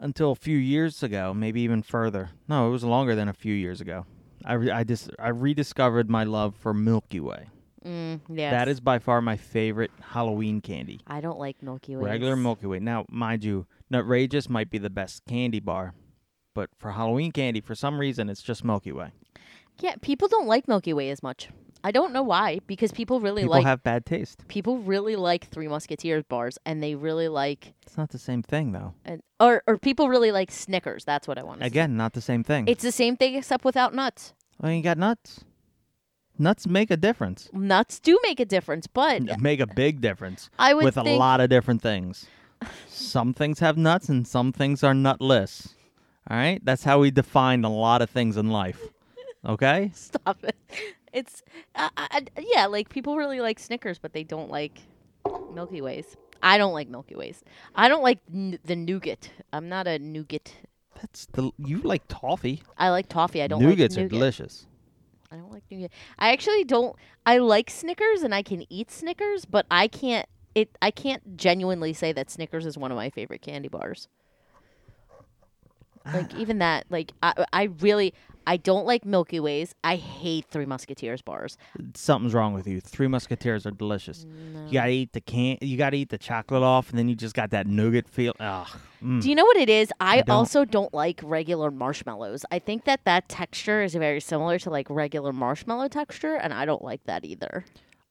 B: Until a few years ago, maybe even further. No, it was longer than a few years ago. I re- I dis- I rediscovered my love for Milky Way.
C: Mm, yes.
B: That is by far my favorite Halloween candy.
C: I don't like Milky Way.
B: Regular Milky Way. Now, mind you, Nutrageous might be the best candy bar, but for Halloween candy, for some reason, it's just Milky Way.
C: Yeah, people don't like Milky Way as much. I don't know why, because people really
B: People
C: like
B: have bad taste.
C: people really like Three Musketeers bars, and they really like
B: It's not the same thing, though.
C: and or or people really like Snickers. That's what I want.
B: Again, not the same thing.
C: it's the same thing except without nuts.
B: well, you got nuts. Nuts make a difference.
C: Nuts do make a difference, but
B: Make a big difference
C: I would
B: with a
C: think
B: lot of different things. some things have nuts and some things are nutless. All right? That's how we define a lot of things in life.
C: *laughs*
B: Okay?
C: *laughs* stop it. It's uh, I, I- yeah, like people really like Snickers, but they don't like Milky Ways. I don't like Milky Ways. I don't like n- the nougat. I'm not a nougat.
B: That's the you like toffee.
C: I like toffee. I don't like
B: Nougats
C: nougat.
B: are delicious.
C: I don't like nougat. I actually don't. I like Snickers and I can eat Snickers, but I can't. It. I can't genuinely say that Snickers is one of my favorite candy bars.
B: Ah.
C: Like even that. Like I. I really. I don't like Milky Ways. I hate Three Musketeers bars.
B: Something's wrong with you. Three Musketeers are delicious. You gotta eat the can. You gotta eat the chocolate off, and then you just got that nougat feel. Ugh. Mm.
C: Do you know what it is? I,
B: don't.
C: also don't like regular marshmallows. I think that that texture is very similar to like regular marshmallow texture, and I don't like that either.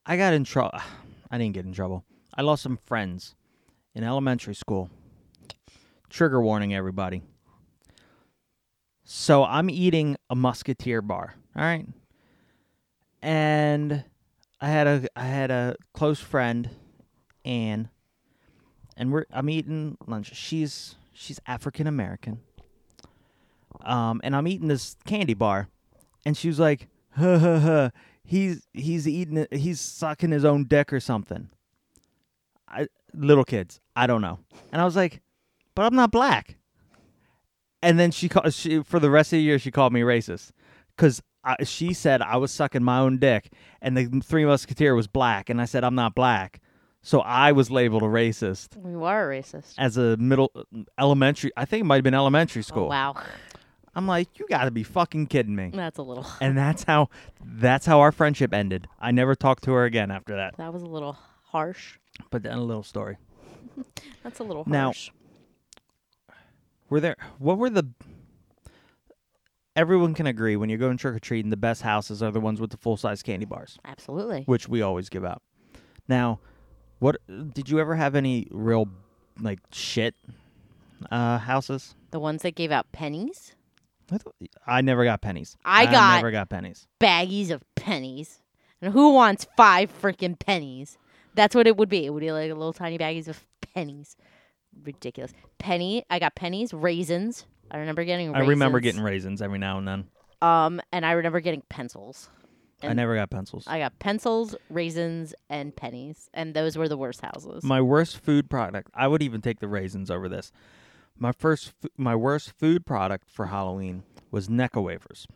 B: I got in trouble. I didn't get in trouble. I lost some friends in elementary school. Trigger warning, everybody. So I'm eating a musketeer bar, all right? And I had a I had a close friend, Anne, and we're I'm eating lunch. She's she's African American. Um, and I'm eating this candy bar, and she was like, "Huh, huh, huh. He's he's eating it- he's sucking his own dick or something." I little kids, I don't know. And I was like, "But I'm not black." And then she called she for the rest of the year she called me racist cuz she said I was sucking my own dick and the three musketeer was black and I said I'm not black. So I was labeled a racist
C: You are a racist.
B: as a middle elementary I think it might have been elementary
C: Oh,
B: school.
C: wow,
B: I'm like, "You got to be fucking kidding *laughs* me."
C: that's a little.
B: and that's how that's how our friendship ended. I never talked to her again after that.
C: That was a little harsh.
B: But then a little story.
C: That's a little
B: Now-
C: harsh.
B: Were there what were the Everyone can agree when you're going trick or treating, the best houses are the ones with the full size candy bars,
C: Absolutely.
B: which we always give out. Now, what did you ever have any real like shit uh, houses?
C: The ones that gave out pennies,
B: I thought- I never got pennies.
C: I got-
B: never got pennies.
C: baggies of pennies. And who wants five freaking pennies? That's what it would be. It would be like little tiny baggies of pennies. Ridiculous. Penny, I got pennies, raisins. I remember getting raisins.
B: I remember getting raisins every now and then.
C: um and I remember getting pencils.
B: I
C: And-
B: never got pencils.
C: I got pencils, raisins, and pennies. And those were the worst houses.
B: My worst food product. I would even take the raisins over this. My first, f- my worst food product for Halloween was Necco wafers.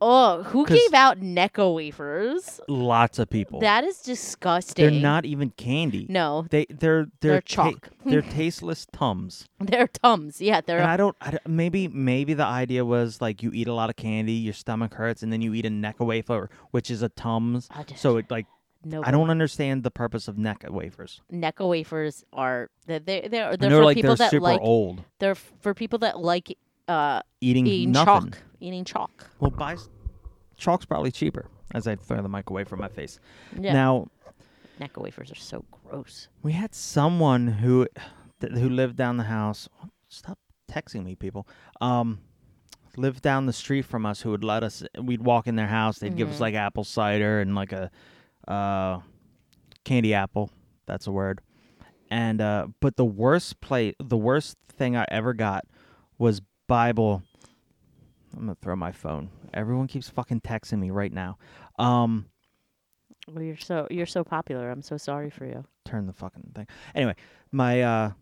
C: oh, who
B: 'Cause-
C: gave out Necco wafers?
B: Lots of people.
C: That is disgusting.
B: they're not even candy.
C: No,
B: They they're they're,
C: They're
B: ta-
C: chalk. *laughs*
B: they're tasteless tums.
C: they're tums. Yeah, they're
B: And I don't, I don't- Maybe maybe the idea was like you eat a lot of candy, your stomach hurts, and then you eat a Necco wafer, which is a tums.
C: I just-
B: So it like
C: no.
B: I don't understand the purpose of Necco wafers.
C: Necco wafers are they're they're, they're,
B: And
C: they're for
B: like
C: people
B: they're
C: that
B: super
C: like
B: old,
C: they're f- for people that like uh
B: eating,
C: eating
B: nothing.
C: chalk, eating chalk.
B: Well, buy chalk's probably cheaper. As I throw the mic away from my face.
C: Yeah,
B: Now
C: Necco wafers are so gross.
B: we had someone who th- who lived down the house. Stop texting me, people. Um, lived down the street from us. Who would let us? We'd walk in their house. They'd give us like apple cider and like a uh, candy apple. That's a word. And uh, but the worst plate, the worst thing I ever got was Bible. I'm gonna throw my phone. Everyone keeps fucking texting me right now. Um,
C: Well, you're so you're so popular. I'm so sorry for you.
B: turn the fucking thing. Anyway, my uh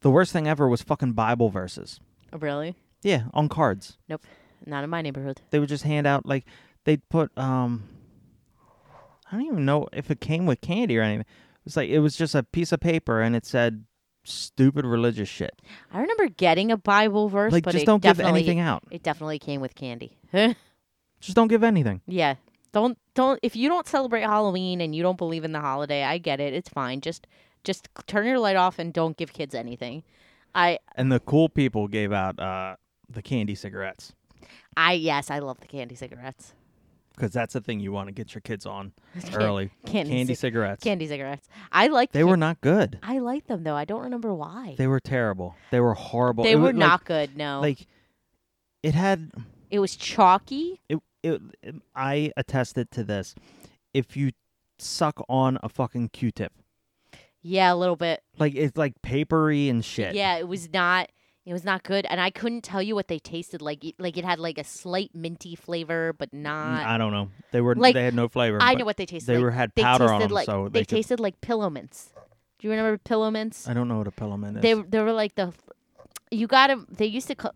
B: the worst thing ever was fucking Bible verses.
C: Oh, really?
B: Yeah, on cards.
C: Nope. Not in my neighborhood.
B: They would just hand out like they'd put um I don't even know if it came with candy or anything. It was like it was just a piece of paper and it said stupid religious shit.
C: I remember getting a Bible verse,
B: Like
C: but
B: just
C: it
B: don't give
C: definitely
B: anything out.
C: it definitely came with candy. *laughs*
B: Just don't give anything.
C: yeah. Don't don't if you don't celebrate Halloween and you don't believe in the holiday, I get it. It's fine. Just just turn your light off and don't give kids anything. I
B: And the cool people gave out uh, the candy cigarettes
C: I yes, I love the candy cigarettes.
B: because that's the thing you want to get your kids
C: *laughs*
B: on
C: Can-
B: early.
C: candy cig-
B: cigarettes.
C: Candy cigarettes. I like
B: They
C: ca-
B: were not good.
C: I like them though. I don't remember why.
B: They were terrible. They were horrible.
C: They
B: It
C: were
B: was, like-
C: not good. No,
B: Like it had
C: it was chalky.
B: it, it, it I attested to this. If you suck on a fucking Q-tip,
C: Yeah, a little bit.
B: like it's like papery and shit.
C: Yeah, it was not. It was not good, and I couldn't tell you what they tasted like. It- Like it had like a slight minty flavor, but
B: Mm,
C: not.
B: I don't know. They were
C: like,
B: they had no flavor.
C: I
B: but
C: know what they tasted.
B: they
C: like.
B: were had
C: They
B: powder on
C: tasted
B: them,
C: like
B: so
C: they,
B: they, could,
C: tasted like pillow mints. Do you remember pillow mints?
B: I don't know what a pillow mint is.
C: They they were like the. You got them. They used to. Call,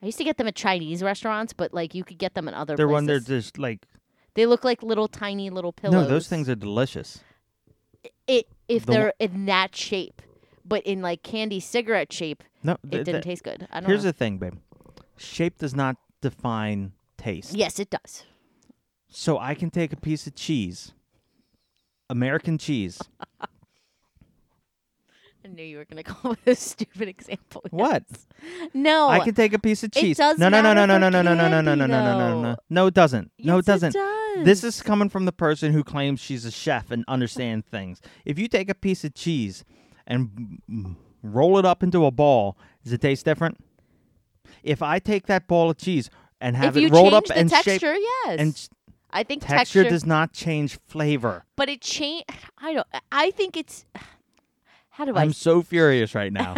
C: I used to get them at Chinese restaurants, but like you could get them in other.
B: They're
C: places.
B: one. They're just like
C: They look like little tiny little pillows.
B: no. Those things are delicious.
C: it if
B: The
C: they're in that shape, but in like candy cigarette shape,
B: No,
C: it
B: th-
C: didn't
B: th-
C: taste good. I don't
B: Here's
C: know.
B: the thing, babe. Shape does not define taste.
C: yes, it does.
B: So I can take a piece of cheese, American
C: *laughs*
B: cheese.
C: I knew you were gonna *laughs* come up with a stupid example. *laughs*
B: What?
C: yes. No,
B: I can take a piece of
C: Oh, it
B: cheese.
C: does
B: no, no, no, no,
C: matter
B: no, no,
C: for
B: no, no, no, no, no, no,
C: candy,
B: no, no, no.
C: though.
B: No, it doesn't. no,
C: Yes,
B: it doesn't.
C: does.
B: This is coming from the person who claims she's a chef and understands things. If you take a piece of cheese and m- m- roll it up into a ball, does it taste different? If I take that ball of cheese and
C: if
B: have
C: you
B: it rolled
C: change
B: up
C: the
B: and shaped
C: texture, yes,
B: and s-
C: I think
B: texture does not change flavor.
C: but it change. I don't. I think it's. *sighs* How do I? *laughs*
B: I'm so furious right now.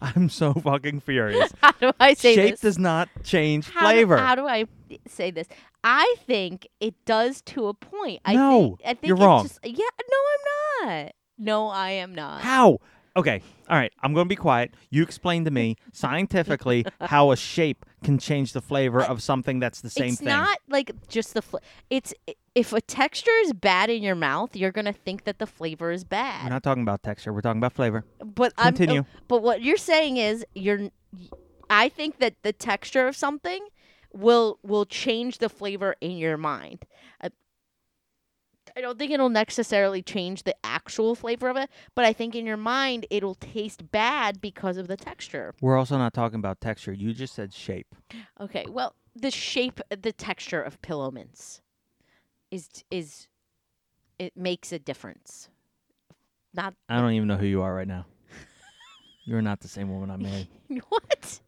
B: I'm so fucking furious.
C: how do I say
B: Shape
C: this?
B: does not change
C: how
B: flavor.
C: Do, how do I say this? I think it does to a point. I
B: No,
C: think, I think
B: you're
C: it's
B: wrong.
C: Just, yeah, no, I'm not. No, I am not.
B: How? Okay. All right. I'm going to be quiet. You explain to me scientifically how a shape can change the flavor of something that's the same
C: it's
B: thing.
C: not like just the. Fl- it's if a texture is bad in your mouth, you're gonna think that the flavor is bad.
B: We're not talking about texture. We're talking about flavor.
C: But
B: Continue.
C: I'm, but what you're saying is you're. I think that the texture of something will will change the flavor in your mind. I, I don't think it'll necessarily change the actual flavor of it, but I think in your mind it'll taste bad because of the texture.
B: We're also not talking about texture. You just said shape.
C: Okay, well, the shape, the texture of pillow mints is is it makes a difference. Not
B: I don't even know who you are right
C: *laughs*
B: now. You're not the same woman I married.
C: what?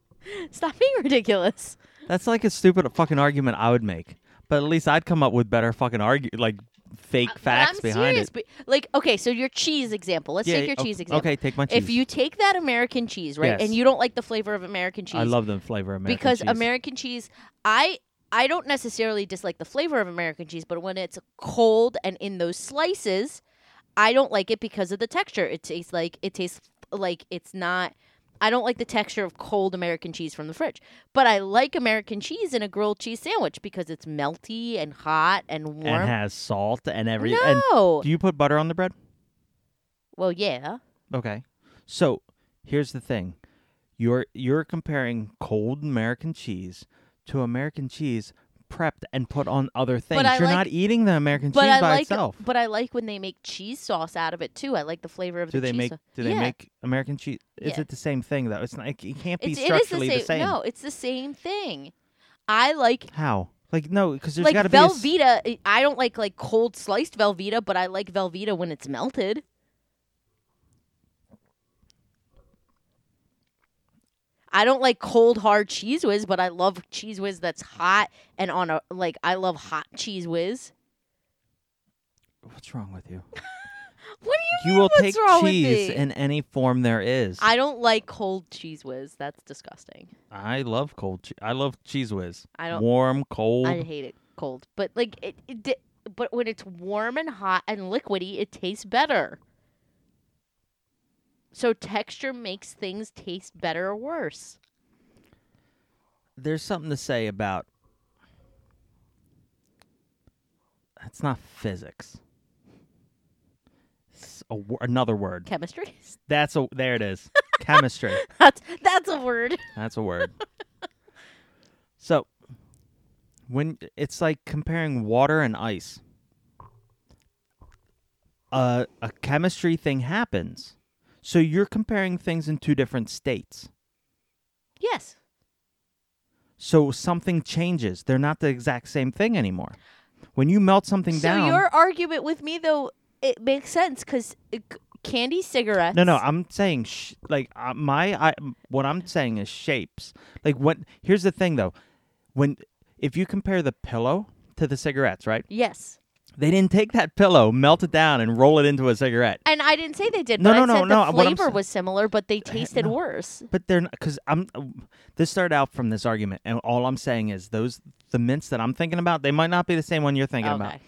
C: Stop being ridiculous.
B: That's like a stupid fucking argument I would make. But at least I'd come up with better fucking argue like fake
C: Uh, but
B: facts
C: I'm
B: behind
C: serious,
B: it.
C: but- like, okay, so your cheese example. Let's take your
B: o-
C: cheese example.
B: Okay, take my cheese.
C: If you take that American cheese, right,
B: Yes.
C: and you don't like the flavor of American cheese,
B: I love the flavor of American
C: because
B: cheese.
C: American cheese, I I don't necessarily dislike the flavor of American cheese, but when it's cold and in those slices, I don't like it because of the texture. It tastes like it tastes like it's not. I don't like the texture of cold American cheese from the fridge, but I like American cheese in a grilled cheese sandwich because it's melty and hot and warm.
B: and has salt and everything. And
C: no,
B: do you put butter on the bread?
C: well, yeah.
B: Okay. So here's the thing. You're you're comparing cold American cheese to American cheese prepped and put on other things.
C: I
B: you're
C: like-
B: not eating the American
C: But
B: cheese
C: I
B: by
C: like,
B: itself.
C: but I like when they make cheese sauce out of it too. I like the flavor of
B: do
C: the
B: they
C: cheese.
B: make
C: sauce.
B: do they
C: Yeah.
B: make American cheese is
C: Yeah.
B: it the same thing though? It's not it can't be
C: It's, it is the
B: structurally
C: same. No, it's the same thing. I like
B: How? Like no, because there's
C: like
B: gotta be a s-
C: Velveeta. I I don't like like cold sliced Velveeta, but I like Velveeta when it's melted. I don't like cold hard cheese whiz, but I love cheese whiz that's hot and on a like I love hot cheese whiz.
B: what's wrong with you?
C: *laughs* What do you
B: You
C: mean?
B: will
C: what's
B: take
C: wrong with
B: cheese
C: me?
B: in any form there is.
C: I don't like cold cheese whiz. That's disgusting.
B: I love cold cheese. I love cheese whiz.
C: I don't-
B: Warm, cold.
C: I hate it cold, but like it, it di- but when it's warm and hot and liquidy, it tastes better. So texture makes things taste better or worse.
B: there's something to say about that's not physics. a wo- another word.
C: Chemistry. *laughs*
B: That's a there it is. Chemistry.
C: that's that's a word.
B: That's a word. so when it's like comparing water and ice. A a chemistry thing happens. So you're comparing things in two different states.
C: Yes.
B: So something changes. They're not the exact same thing anymore. When you melt something
C: So
B: down
C: your argument with me though it makes sense because candy cigarettes.
B: No, no, I'm saying sh- like uh, my I what I'm saying is shapes. Like when here's the thing though, when if you compare the pillow to the cigarettes, right?
C: yes.
B: They didn't take that pillow, melt it down, and roll it into a cigarette.
C: And I didn't say they did.
B: No,
C: but
B: no,
C: I
B: no,
C: said
B: no, what
C: The
B: I'm
C: flavor
B: sa-
C: was similar, but they tasted
B: no.
C: worse.
B: But they're not because I'm. This started out from this argument, and all I'm saying is those the mints that I'm thinking about, they might not be the same one you're thinking about.
C: Okay.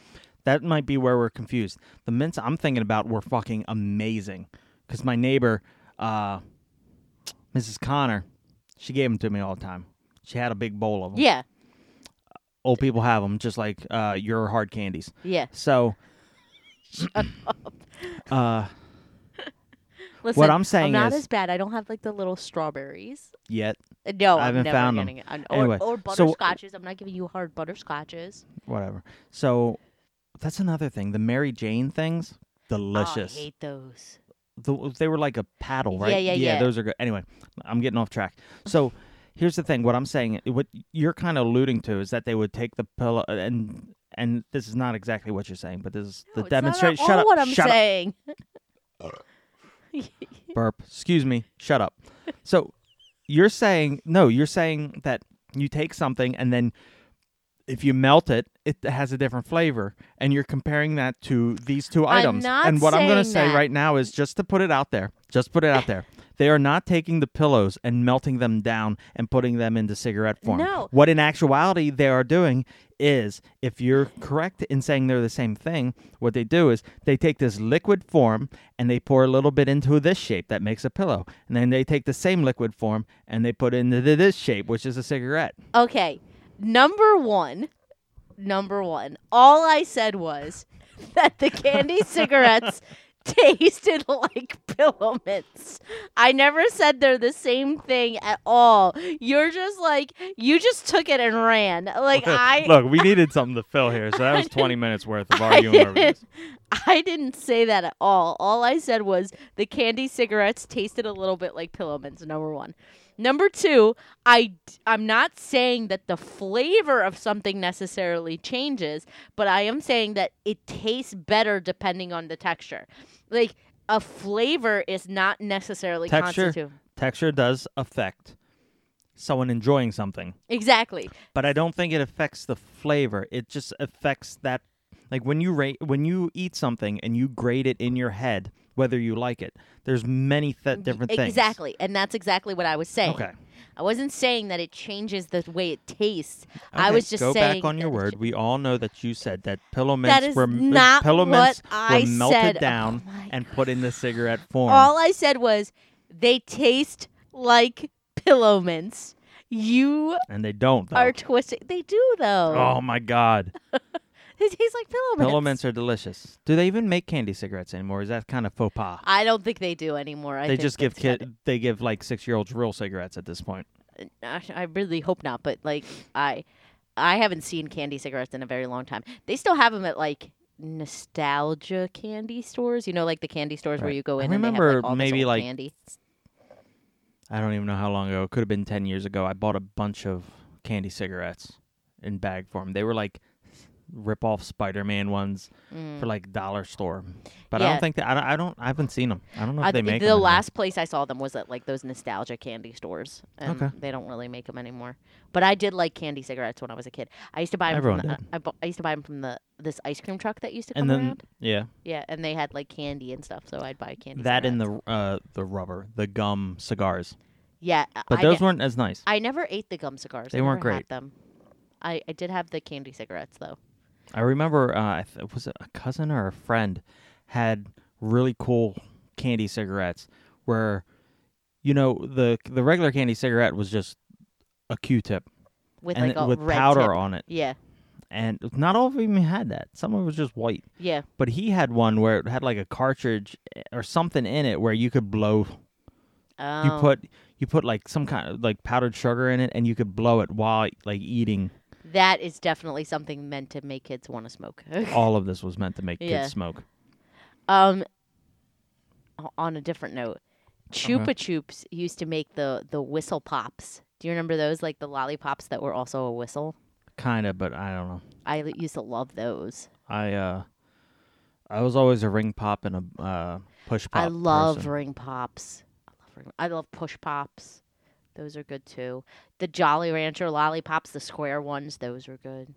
B: That might be where we're confused. The mints I'm thinking about were fucking amazing because my neighbor, uh, Mrs. Connor, she gave them to me all the time. She had a big bowl of them.
C: Yeah.
B: Old people have them, just like uh, your hard candies.
C: Yeah.
B: So, uh,
C: Listen,
B: I'm saying
C: I'm not
B: is-
C: as bad. I don't have like the little strawberries.
B: yet
C: Uh, No,
B: I
C: I'm
B: haven't
C: never
B: found 'em.
C: getting it. I'm-
B: Anyway,
C: or, or
B: so-
C: butterscotches. I'm not giving you hard butterscotches.
B: whatever. So that's another thing. The Mary Jane things, delicious.
C: Oh, I hate those.
B: the, they were like a paddle,
C: Yeah,
B: right?
C: yeah, yeah.
B: Those are good. Anyway, I'm getting off track.
C: *laughs*
B: So here's the thing: what I'm saying, what you're kind of alluding to, is that they would take the pillow and and this is not exactly what you're saying, but this is the
C: No, it's not at
B: demonstration.
C: all
B: Shut up!
C: What I'm
B: shut
C: saying.
B: up! *laughs* Burp. Excuse me. Shut
C: *laughs*
B: up. So you're saying no? You're saying that you take something and then. If you melt it, it has a different flavor, and you're comparing that to these two
C: I'm
B: items.
C: not
B: and what I'm gonna
C: saying
B: say
C: that.
B: right now is just to put it out there, just put it out there. They are not taking the pillows and melting them down and putting them into cigarette form.
C: No.
B: What in actuality they are doing is, if you're correct in saying they're the same thing, what they do is they take this liquid form and they pour a little bit into this shape that makes a pillow. And then they take the same liquid form and they put it into th- this shape, which is a cigarette.
C: Okay. Number one. Number one. All I said was *laughs* that
B: *laughs*
C: the candy cigarettes tasted like *laughs* pillow mints. I never said they're the same thing at all. You're just like you just took it and ran.
B: *laughs*
C: Like I
B: Look, we needed something to fill here, so that
C: *laughs*
B: was 20 minutes worth of
C: I *laughs* didn't, I didn't say that at all. All I said was the candy cigarettes tasted a little bit like pillow mints. Number one. Number two, I am not saying that the flavor of something necessarily changes, but I am saying that it tastes better depending on the texture. Like a flavor is not necessarily
B: Texture?
C: constitutive.
B: Texture does affect someone enjoying something.
C: Exactly.
B: but I don't think it affects the flavor. It just affects that like when you rate when you eat something and you grade it in your head whether you like it. There's many th- different things.
C: Mm, Exactly. And that's exactly what I was saying.
B: Okay.
C: I wasn't saying that it changes the way it tastes. I
B: Okay,
C: was just
B: go
C: saying
B: back on your
C: that it
B: word. We all know that you said that pillow mints
C: That is
B: were
C: not
B: pillow mints
C: what I
B: were melted
C: said. Oh
B: down
C: my
B: and put in the cigarette form.
C: All I said was they taste like pillow mints. You
B: and they don't. Though.
C: are twisting. They do though.
B: oh my god.
C: *laughs* They taste like pillow mints.
B: pillow mints are delicious. Do they even make candy cigarettes anymore? Is that kind of faux pas?
C: I don't think they do anymore. I
B: they
C: think
B: just give
C: that's
B: kid they give like 6-year-olds real cigarettes at this point.
C: got it. I really hope not, but like I, I haven't seen candy cigarettes in a very long time. They still have them at like nostalgia candy stores. You know, like the candy stores where
B: Right.
C: you go
B: I
C: in. and they have,
B: remember
C: like, all this
B: maybe,
C: old
B: like,
C: candy.
B: I don't even know how long ago. It could have been 10 years ago. I bought a bunch of candy cigarettes in bag form. They were like rip off Spider-Man ones
C: Mm.
B: for like dollar store. But I
C: Yeah.
B: don't think that I don't, I don't I haven't seen them. I don't know if
C: I
B: they
C: th-
B: make
C: the
B: 'em anymore.
C: last place I saw them was at like those nostalgia candy stores, and
B: Okay.
C: they don't really make them anymore. But I did like candy cigarettes when I was a kid. I used to buy them.
B: Everyone
C: from the,
B: did.
C: I, bu- I used to buy them from the this ice cream truck that used to come
B: and then
C: around.
B: yeah,
C: Yeah, and they had like candy and stuff, so I'd buy candy.
B: that and
C: cigarettes.
B: the uh the rubber, the gum cigars.
C: yeah, I-
B: But
C: I
B: those
C: ne-
B: weren't as nice.
C: I never ate the gum cigars.
B: They
C: I
B: weren't
C: never
B: great.
C: had them. I, I did have the candy cigarettes though.
B: I remember uh I th- was it a cousin or a friend had really cool candy cigarettes where you know the the regular candy cigarette was just a Q-tip
C: With
B: and
C: like
B: it-
C: a
B: with
C: red
B: powder
C: tip.
B: on it.
C: Yeah,
B: and not all of them even had that. Some of it was just white.
C: Yeah.
B: But he had one where it had like a cartridge eh, or something in it where you could blow.
C: Oh.
B: You put you put like some kind of like powdered sugar in it, and you could blow it while like eating.
C: that is definitely something meant to make kids want to smoke. *laughs*
B: All of this was meant to make
C: Yeah.
B: kids smoke.
C: um, o- on a different note, Chupa
B: Uh-huh.
C: Chups used to make the the whistle pops. Do you remember those? Like the lollipops that were also a whistle.
B: Kind of, but I don't know.
C: I l- used to love those.
B: I uh, I was always a ring pop and a uh, push pop.
C: I love
B: person.
C: ring pops. I love ring. I love push pops. Those are good too. The Jolly Rancher lollipops, the square ones, those were good.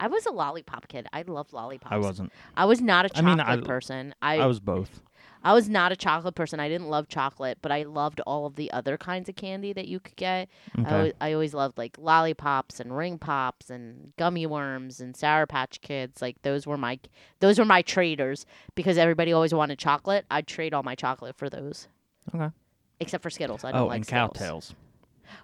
C: I was a lollipop kid. I loved lollipops.
B: I wasn't.
C: I was not a
B: I
C: chocolate
B: mean, I-
C: person. I,
B: I was both.
C: I was not a chocolate person. I didn't love chocolate, but I loved all of the other kinds of candy that you could get.
B: Okay.
C: I, always, I always loved like lollipops and ring pops and gummy worms and sour patch kids. Like those were my those were my traders because everybody always wanted chocolate. I'd trade all my chocolate for those.
B: Okay.
C: Except for Skittles. I don't
B: oh,
C: like
B: and
C: Skittles.
B: cowtails.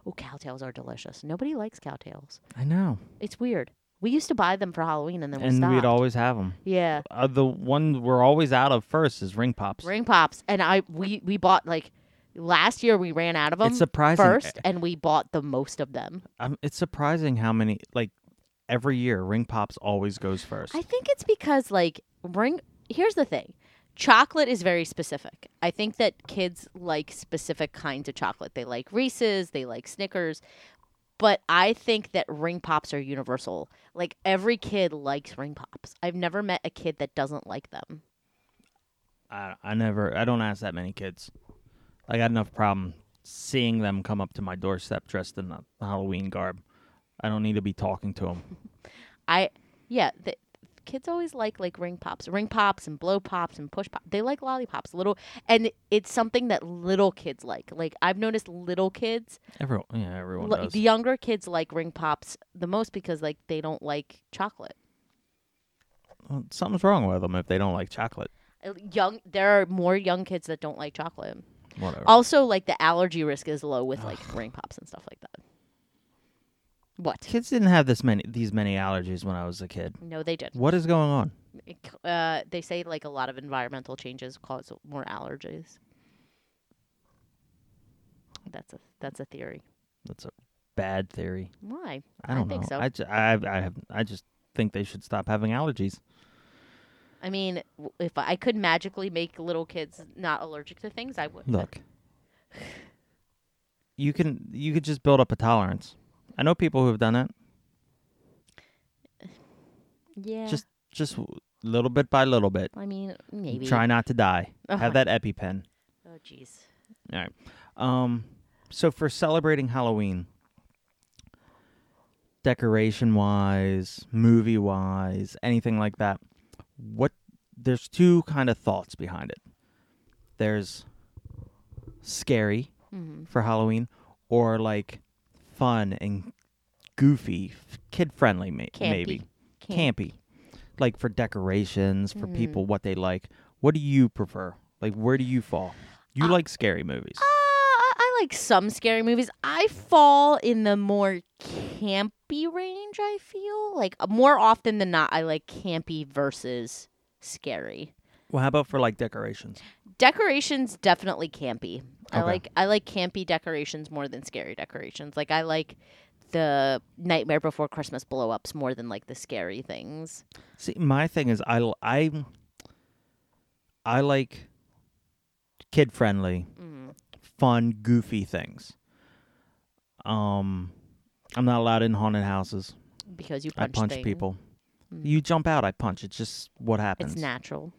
C: Oh, cowtails are delicious. Nobody likes cowtails.
B: I know.
C: It's weird. We used to buy them for Halloween and then we
B: and
C: stopped.
B: we'd always have them.
C: yeah.
B: Uh, the one we're always out of first is ring pops.
C: Ring pops, and I we we bought like last year we ran out of them.
B: It's surprising.
C: first, and we bought the most of them.
B: Um, it's surprising how many like every year ring pops always goes first.
C: I think it's because like ring. Here's the thing, chocolate is very specific. I think that kids like specific kinds of chocolate. They like Reese's, they like Snickers, but I think that ring pops are universal. Like every kid likes ring pops. I've never met a kid that doesn't like them.
B: I, I never I don't ask that many kids. I got enough problem seeing them come up to my doorstep dressed in the Halloween garb. I don't need to be talking to them.
C: I yeah, the, kids always like like ring pops, ring pops and blow pops and push pop. They like lollipops, little, and it's something that little kids like. Like I've noticed little kids,
B: Everyone, yeah, everyone
C: li-
B: does.
C: the younger kids like ring pops the most because like they don't like chocolate.
B: Well, something's wrong with them if they don't like chocolate.
C: Uh, Young, there are more young kids that don't like chocolate.
B: Whatever.
C: Also, like the allergy risk is low with
B: *sighs*
C: like ring pops and stuff like that. What?
B: Kids didn't have this many these many allergies when I was a kid.
C: No, they did.
B: What is going on?
C: It c- Uh, they say like a lot of environmental changes cause more allergies. That's a that's a theory.
B: That's a bad theory.
C: Why?
B: I don't
C: think
B: know.
C: so.
B: I, ju- I, I have I just think they should stop having allergies.
C: I mean, w- if I could magically make little kids not allergic to things, I would.
B: Look, *sighs* you can you could just build up a tolerance. I know people who have done it,
C: yeah.
B: just just little bit by little bit.
C: I mean, maybe.
B: Try not to die.
C: Oh
B: Have
C: my-
B: that EpiPen.
C: Oh, jeez.
B: All right. Um, so for celebrating Halloween, decoration wise, movie wise, anything like that, what there's two kind of thoughts behind it. There's scary
C: Mm-hmm.
B: for Halloween, or like fun and goofy, kid friendly, ma-
C: Campy.
B: maybe
C: Camp. Mm-hmm.
B: campy, like for decorations for people what they like. What do you prefer? Like where do you fall? You like scary movies.
C: Uh, I I like some scary movies. I fall in the more campy range. I feel like uh, more often than not, I like campy versus scary.
B: Well, how about for like decorations?
C: decorations definitely campy. I
B: Okay.
C: like I like campy decorations more than scary decorations. Like I like the Nightmare Before Christmas blow ups more than like the scary things.
B: See, my thing is I l- I I like kid friendly, fun, goofy things. Um I'm not allowed in haunted houses.
C: Because you
B: I
C: punch,
B: punch
C: things. Mm.
B: people. You jump out, I punch. It's just what happens.
C: It's natural.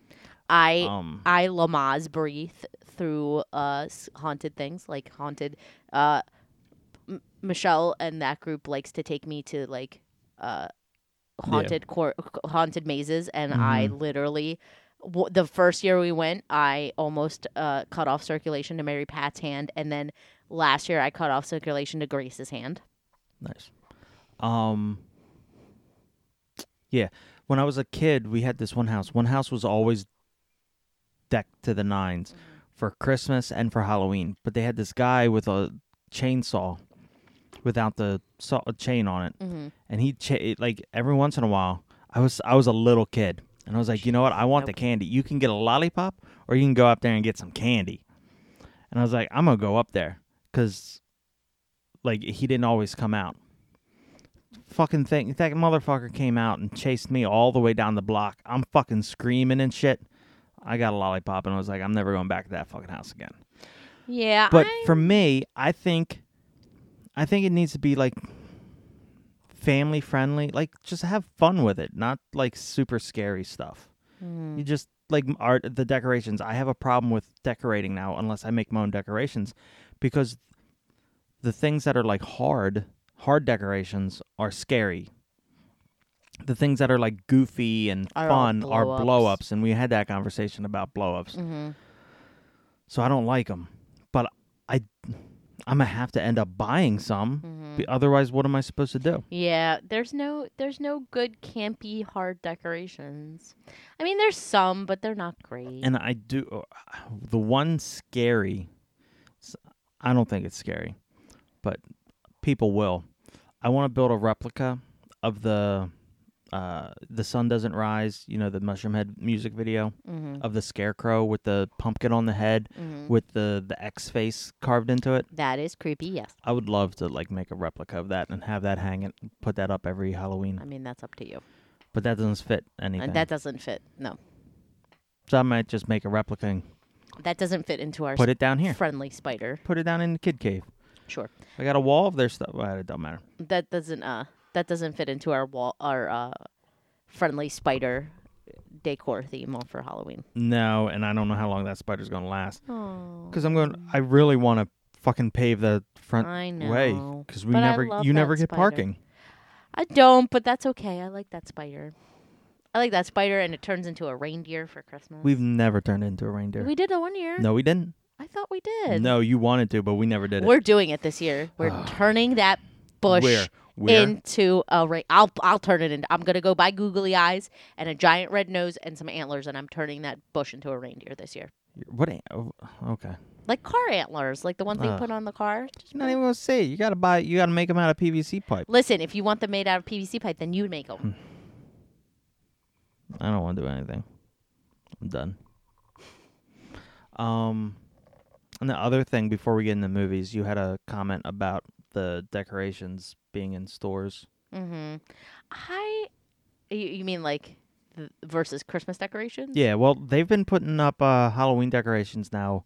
C: I
B: Um
C: I Lamaze breathe through uh s- haunted things like haunted. Uh, M- Michelle and that group likes to take me to like uh haunted cor- haunted mazes, and I literally. W- the first year we went, I almost uh, cut off circulation to Mary Pat's hand, and then last year I cut off circulation to Grace's hand.
B: Nice. Um Yeah, when I was a kid, we had this one house. One house was always decked to the 9s for Christmas and for Halloween, but they had this guy with a chainsaw without the saw- chain on it,
C: Mm-hmm.
B: and he cha- like every once in a while. I was I was a little kid, and I was like, you know what? I want the candy. You can get a lollipop, or you can go up there and get some candy. And I was like, I'm gonna go up there because, like, he didn't always come out. Fucking thing, that motherfucker came out and chased me all the way down the block. I'm fucking screaming and shit. I got a lollipop, and I was like, I'm never going back to that fucking house again
C: Yeah,
B: but
C: I-
B: for me, I think, I think it needs to be like family friendly. Like just have fun with it, not like super scary stuff.
C: Mm.
B: You just like m- art, the decorations. I have a problem with decorating now, unless I make my own decorations, because the things that are like hard, hard decorations are scary. The things that are like goofy and
C: Are all
B: fun are
C: blow-ups.
B: blow ups, and we had that conversation about blow ups
C: Mhm.
B: so I don't like them. But I, I'm gonna have to end up buying some.
C: Mhm.
B: be- Otherwise, what am I supposed to do?
C: Yeah, there's no there's no good campy hard decorations. I mean, there's some, but they're not great.
B: And I do uh, the one scary. s- I don't think it's scary, but people will. I want to build a replica of the uh, the sun doesn't rise. You know the mushroom head music video
C: hmm
B: of the scarecrow with the pumpkin on the head
C: hmm
B: with the the X face carved into it.
C: That is creepy. Yes,
B: I would love to like make a replica of that and have that hang and put that up every Halloween.
C: I mean that's up to you.
B: But that doesn't fit anything.
C: Um, And that doesn't fit. No,
B: so I might just make a replica and
C: that doesn't fit into our
B: put it down here.
C: friendly spider.
B: Put it down in the kid cave.
C: Sure,
B: I got a wall of their stuff. Well, it don't matter.
C: that doesn't uh that doesn't fit into our wall our uh friendly spider decor theme all for Halloween.
B: No, and I don't know how long that spider's gonna last.
C: Oh,
B: Because I'm going. I really want to fucking pave the front
C: I
B: way.
C: know.
B: Because we
C: But I
B: never,
C: love
B: you
C: that
B: never get
C: spider.
B: parking.
C: I don't, but that's okay. I like that spider. I like that spider, and it turns into a reindeer for Christmas.
B: We've never turned into a reindeer.
C: We did it one year.
B: no, we didn't.
C: I thought we did.
B: No, you wanted to, but we never did it.
C: We're doing it this year. We're turning that bush
B: Where? Where?
C: into a ra- I'll I'll turn it into. I'm gonna go buy googly eyes and a giant red nose and some antlers, and I'm turning that bush into a reindeer this year.
B: what? a- oh, Okay.
C: Like car antlers, like the ones they
B: Ugh.
C: put on the car. Just
B: You're
C: put
B: not
C: it-
B: even gonna see. it. You gotta buy. You gotta make them out of PVC pipe.
C: Listen, if you want them made out of PVC pipe, then you make them.
B: I don't want to do anything. I'm done. Um, and the other thing before we get into movies, you had a comment about the decorations being in stores.
C: Mm-hmm. I, you, you mean like th- versus Christmas decorations?
B: Yeah, well, they've been putting up uh, Halloween decorations now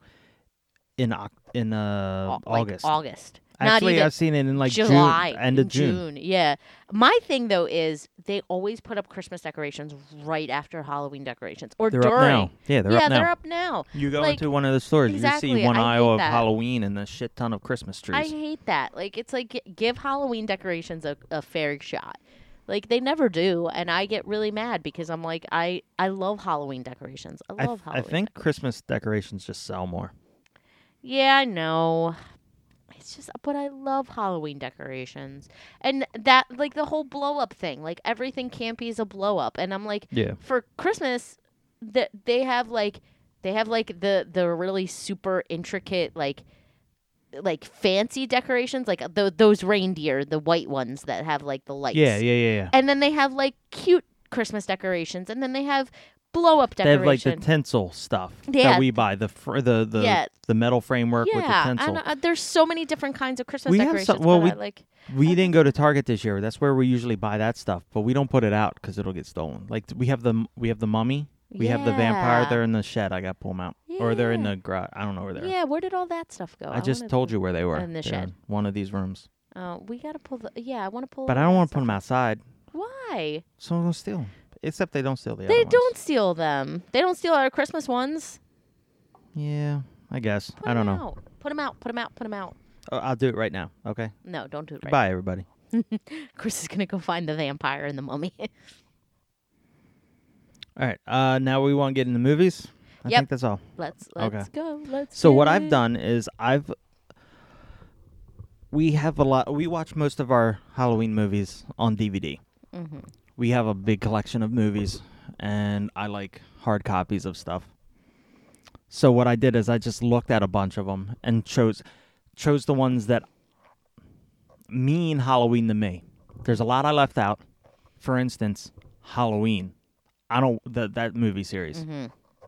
B: in Oc- in uh,
C: Au- like
B: August.
C: August.
B: Actually,
C: Not even
B: I've seen it in like
C: July
B: June, end of
C: in
B: June.
C: Yeah. My thing though is they always put up Christmas decorations right after Halloween decorations or
B: They're
C: during.
B: up now. Yeah, they're
C: yeah,
B: up now.
C: they're up now.
B: You go
C: Like,
B: into one of the stores, you
C: exactly,
B: see one
C: I
B: aisle
C: hate
B: of
C: that.
B: Halloween and a shit ton of Christmas trees.
C: I hate that. Like it's like g- give Halloween decorations a, a fair shot. Like they never do, and I get really mad because I'm like I I love Halloween decorations. I
B: I,
C: love
B: th- I
C: Halloween.
B: think Christmas decorations just sell more.
C: Yeah, I know. It's just, but I love Halloween decorations and that, like the whole blow up thing. Like everything campy is a blow up, and I'm like,
B: Yeah.
C: for Christmas, that they have like, they have like the the really super intricate like, like fancy decorations, like th- those reindeer, the white ones that have like the lights.
B: Yeah, yeah, yeah, yeah.
C: And then they have like cute Christmas decorations, and then they have blow up
B: They have like the
C: decorations.
B: tinsel stuff that
C: Yeah.
B: we buy the fr- the the
C: Yeah.
B: the metal framework with the
C: yeah, I
B: tinsel.
C: know- uh, there's so many different kinds of Christmas
B: We have
C: decorations.
B: some- well,
C: but
B: we-
C: I like
B: We didn't go to Target this year. That's where we usually buy that stuff, but we don't put it out because it'll get stolen. Like we have the we have the mummy, we have the vampire.
C: Yeah.
B: They're in the shed. I got to pull them out, or they're in
C: Yeah.
B: the garage. I don't know where they're.
C: Yeah, where did all that stuff go?
B: I just
C: wanna
B: told
C: pull-
B: you where they were.
C: in the
B: They're
C: shed.
B: one of these rooms,
C: Oh, we gotta pull the. Yeah, I want to pull.
B: but I don't want to put them outside.
C: Why?
B: Someone's gonna steal 'em. Except they don't steal the.
C: They
B: other ones.
C: don't steal them. They don't steal our Christmas ones.
B: Yeah, I guess.
C: Put
B: I
C: 'em
B: don't know.
C: out. Put them out. Put them out. Put them out.
B: Oh, I'll do it right now. Okay.
C: No, don't do it. Right.
B: Goodbye, everybody.
C: *laughs* Chris is gonna go find the vampire and the mummy. *laughs*
B: All right. Uh, now we want to get into movies. I
C: Yep.
B: think that's all.
C: let's
B: Okay.
C: let's go. Let's.
B: So
C: do
B: what
C: it.
B: I've done is I've we have a lot. We watch most of our Halloween movies on DVD.
C: Mhm.
B: We have a big collection of movies, and I like hard copies of stuff. So what I did is I just looked at a bunch of them and chose chose the ones that mean Halloween to me. There's a lot I left out. For instance, Halloween. I don't the, that movie series.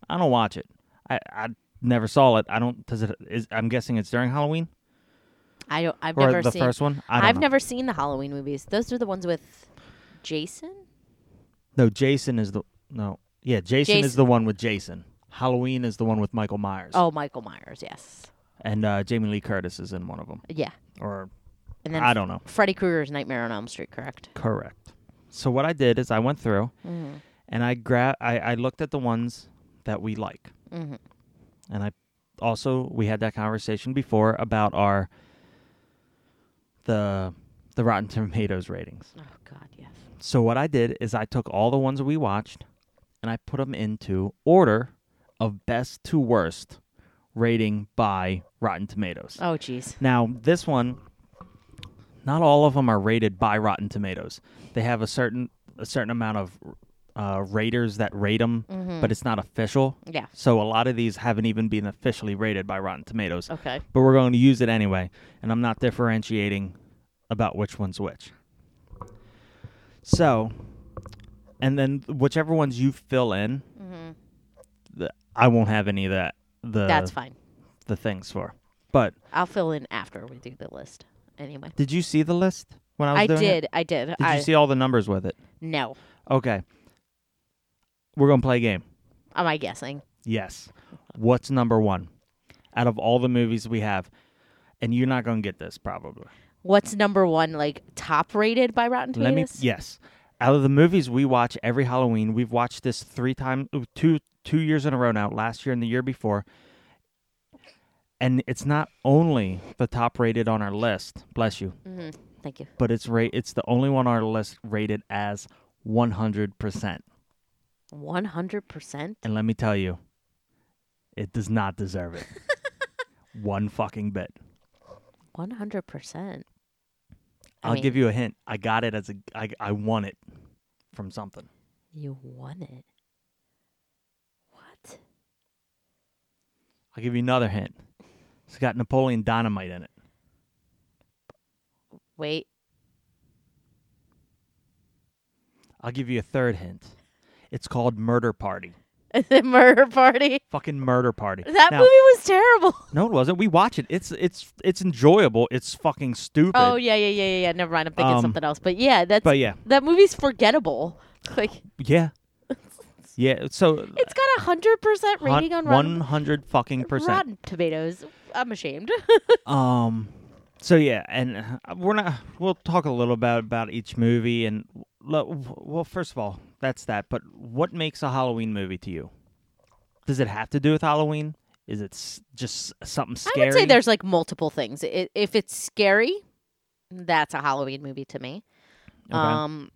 B: I don't watch it. I, I never saw it. I don't. Does it? Is, I'm guessing it's during Halloween
C: I don't. I've
B: or
C: never
B: the
C: seen.
B: first one. I don't
C: I've
B: know.
C: never seen the Halloween movies. Those are the ones with Jason.
B: No, Jason is the no. Yeah, Jason, is
C: Jason.
B: the one with Jason. Halloween is the one with Michael Myers.
C: Oh, Michael Myers. Yes.
B: and uh, Jamie Lee Curtis is in one of them.
C: Yeah.
B: Or
C: And then
B: I don't know.
C: Freddy Krueger's Nightmare on Elm Street. Correct.
B: Correct. So what I did is I went through
C: Mm-hmm.
B: and I grab I, I looked at the ones that we like.
C: Mhm.
B: And I also we had that conversation before about our the the Rotten Tomatoes ratings.
C: Oh God. Yes.
B: So what I did is I took all the ones we watched and I put them into order of best to worst rating by Rotten Tomatoes.
C: Oh jeez.
B: Now, this one, not all of them are rated by Rotten Tomatoes. They have a certain a certain amount of uh, raters that rate them, but it's not official.
C: Yeah.
B: So a lot of these haven't even been officially rated by Rotten Tomatoes.
C: Okay.
B: But we're going to use it anyway, and I'm not differentiating about which one's which. So, and then whichever ones you fill in,
C: Mm-hmm.
B: the, I won't have any of that. The
C: That's fine.
B: the things for. But
C: I'll fill in after we do the list. Anyway.
B: Did you see the list when I was
C: I
B: doing
C: did,
B: it?
C: I did.
B: Did
C: I
B: you see all the numbers with it?
C: No.
B: Okay. We're going to play a game.
C: Am I guessing?
B: Yes. What's number 1 out of all the movies we have? And you're not going to get this probably.
C: What's number one, like top rated by Rotten
B: Let me
C: Tomatoes?
B: Yes. Out of the movies we watch every Halloween, we've watched this 3 times two two years in a row now, last year and the year before. And it's not only the top rated on our list, bless you,
C: Thank you.
B: but it's rate it's the only one on our list rated as 100%.
C: One hundred percent.
B: And let me tell you, it does not deserve *laughs* it. One fucking bit.
C: One hundred percent.
B: I'll give you a hint. I got it as a I I won it from something.
C: You won it. What?
B: I'll give you another hint. It's got Napoleon Dynamite in it.
C: Wait. *laughs*
B: I'll give you a third hint. It's called Murder Party.
C: the murder party.
B: Fucking Murder Party.
C: That
B: Now-
C: movie was
B: *laughs*
C: terrible.
B: No, it wasn't. We watch it. It's it's it's enjoyable. It's fucking stupid.
C: Oh yeah, yeah, yeah, yeah, yeah. Never mind. I'm thinking
B: Um,
C: something else. But yeah, that's
B: but yeah.
C: that movie's forgettable. *laughs* Like *laughs*
B: Yeah. Yeah. So
C: it's got a hundred percent rating on
B: one
C: Rotten,
B: hundred fucking percent.
C: Rotten Tomatoes. I'm ashamed.
B: Um. So yeah, and uh, we're not. We'll talk a little about about each movie, and lo- well, first of all, that's that. But what makes a Halloween movie to you? Does it have to do with Halloween? Is it s- just something
C: I
B: scary?
C: would say there's like multiple things. I if it's scary, that's a Halloween movie to me.
B: Okay.
C: Um,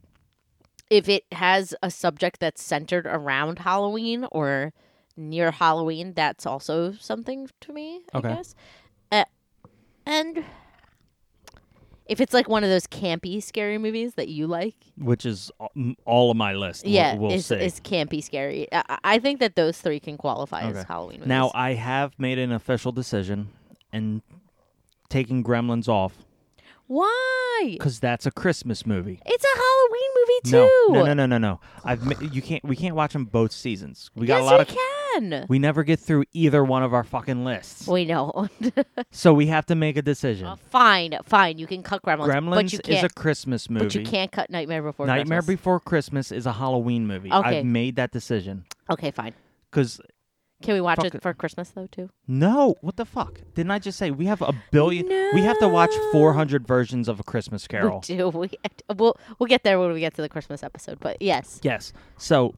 C: if it has a subject that's centered around Halloween or near Halloween, that's also something to me.
B: Okay.
C: I guess. Uh, and if it's like one of those campy scary movies that you like,
B: which is a- m- all of my list. We'll-
C: yeah,
B: we'll,
C: it's,
B: see.
C: it's campy scary. I- I, I think that those three can qualify as
B: Okay.
C: Halloween. Movies.
B: now I have made an official decision, and taking Gremlins off
C: why?
B: because that's a Christmas movie.
C: It's a Halloween
B: No,
C: movie too.
B: no, no, no, no, no. I've ma- you can't. We can't watch them both seasons. We got
C: yes,
B: a lot
C: we
B: of
C: can.
B: We never get through either one of our fucking lists.
C: We know. *laughs*
B: So we have to make a decision.
C: fine, fine. You can cut Gremlins, but
B: Gremlins
C: you
B: is
C: can't.
B: a Christmas movie.
C: but you can't cut Nightmare Before
B: Nightmare
C: Christmas.
B: Before Christmas is a Halloween movie.
C: Okay.
B: I've made that decision.
C: Okay, fine.
B: Cuz
C: Can we watch
B: Fuck
C: it,
B: it.
C: for Christmas though too? *laughs*
B: no, what the fuck? Didn't I just say we have a billion we have to watch
C: No.
B: 400 versions of a Christmas
C: We
B: Carol.
C: do. We, we'll we'll get there when we get to the Christmas episode. But yes,
B: Yes. So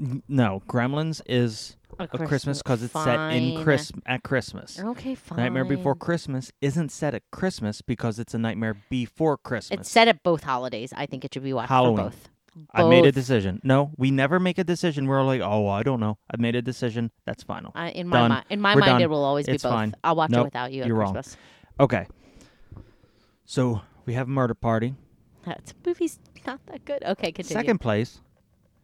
B: n- no, Gremlins is a
C: Christmas-
B: Christmas cuz it's set in
C: fine.
B: Chris at Christmas.
C: okay, fine.
B: Nightmare Before Christmas isn't set at Christmas because it's a nightmare before Christmas.
C: It's set at both holidays. I think it should be watched
B: Halloween.
C: for both.
B: I made a
C: Both.
B: decision. No, we never make a decision. We're like, oh, I don't know. I made a decision. That's final.
C: I, in my
B: Done.
C: mind, in my
B: We're
C: mind,
B: done.
C: it will always
B: It's
C: be both.
B: fine.
C: I'll watch
B: Nope,
C: it without you at
B: you're wrong.
C: *laughs* Christmas.
B: okay. So we have Murder Party.
C: That movie's not that good. Okay, continue.
B: Second place,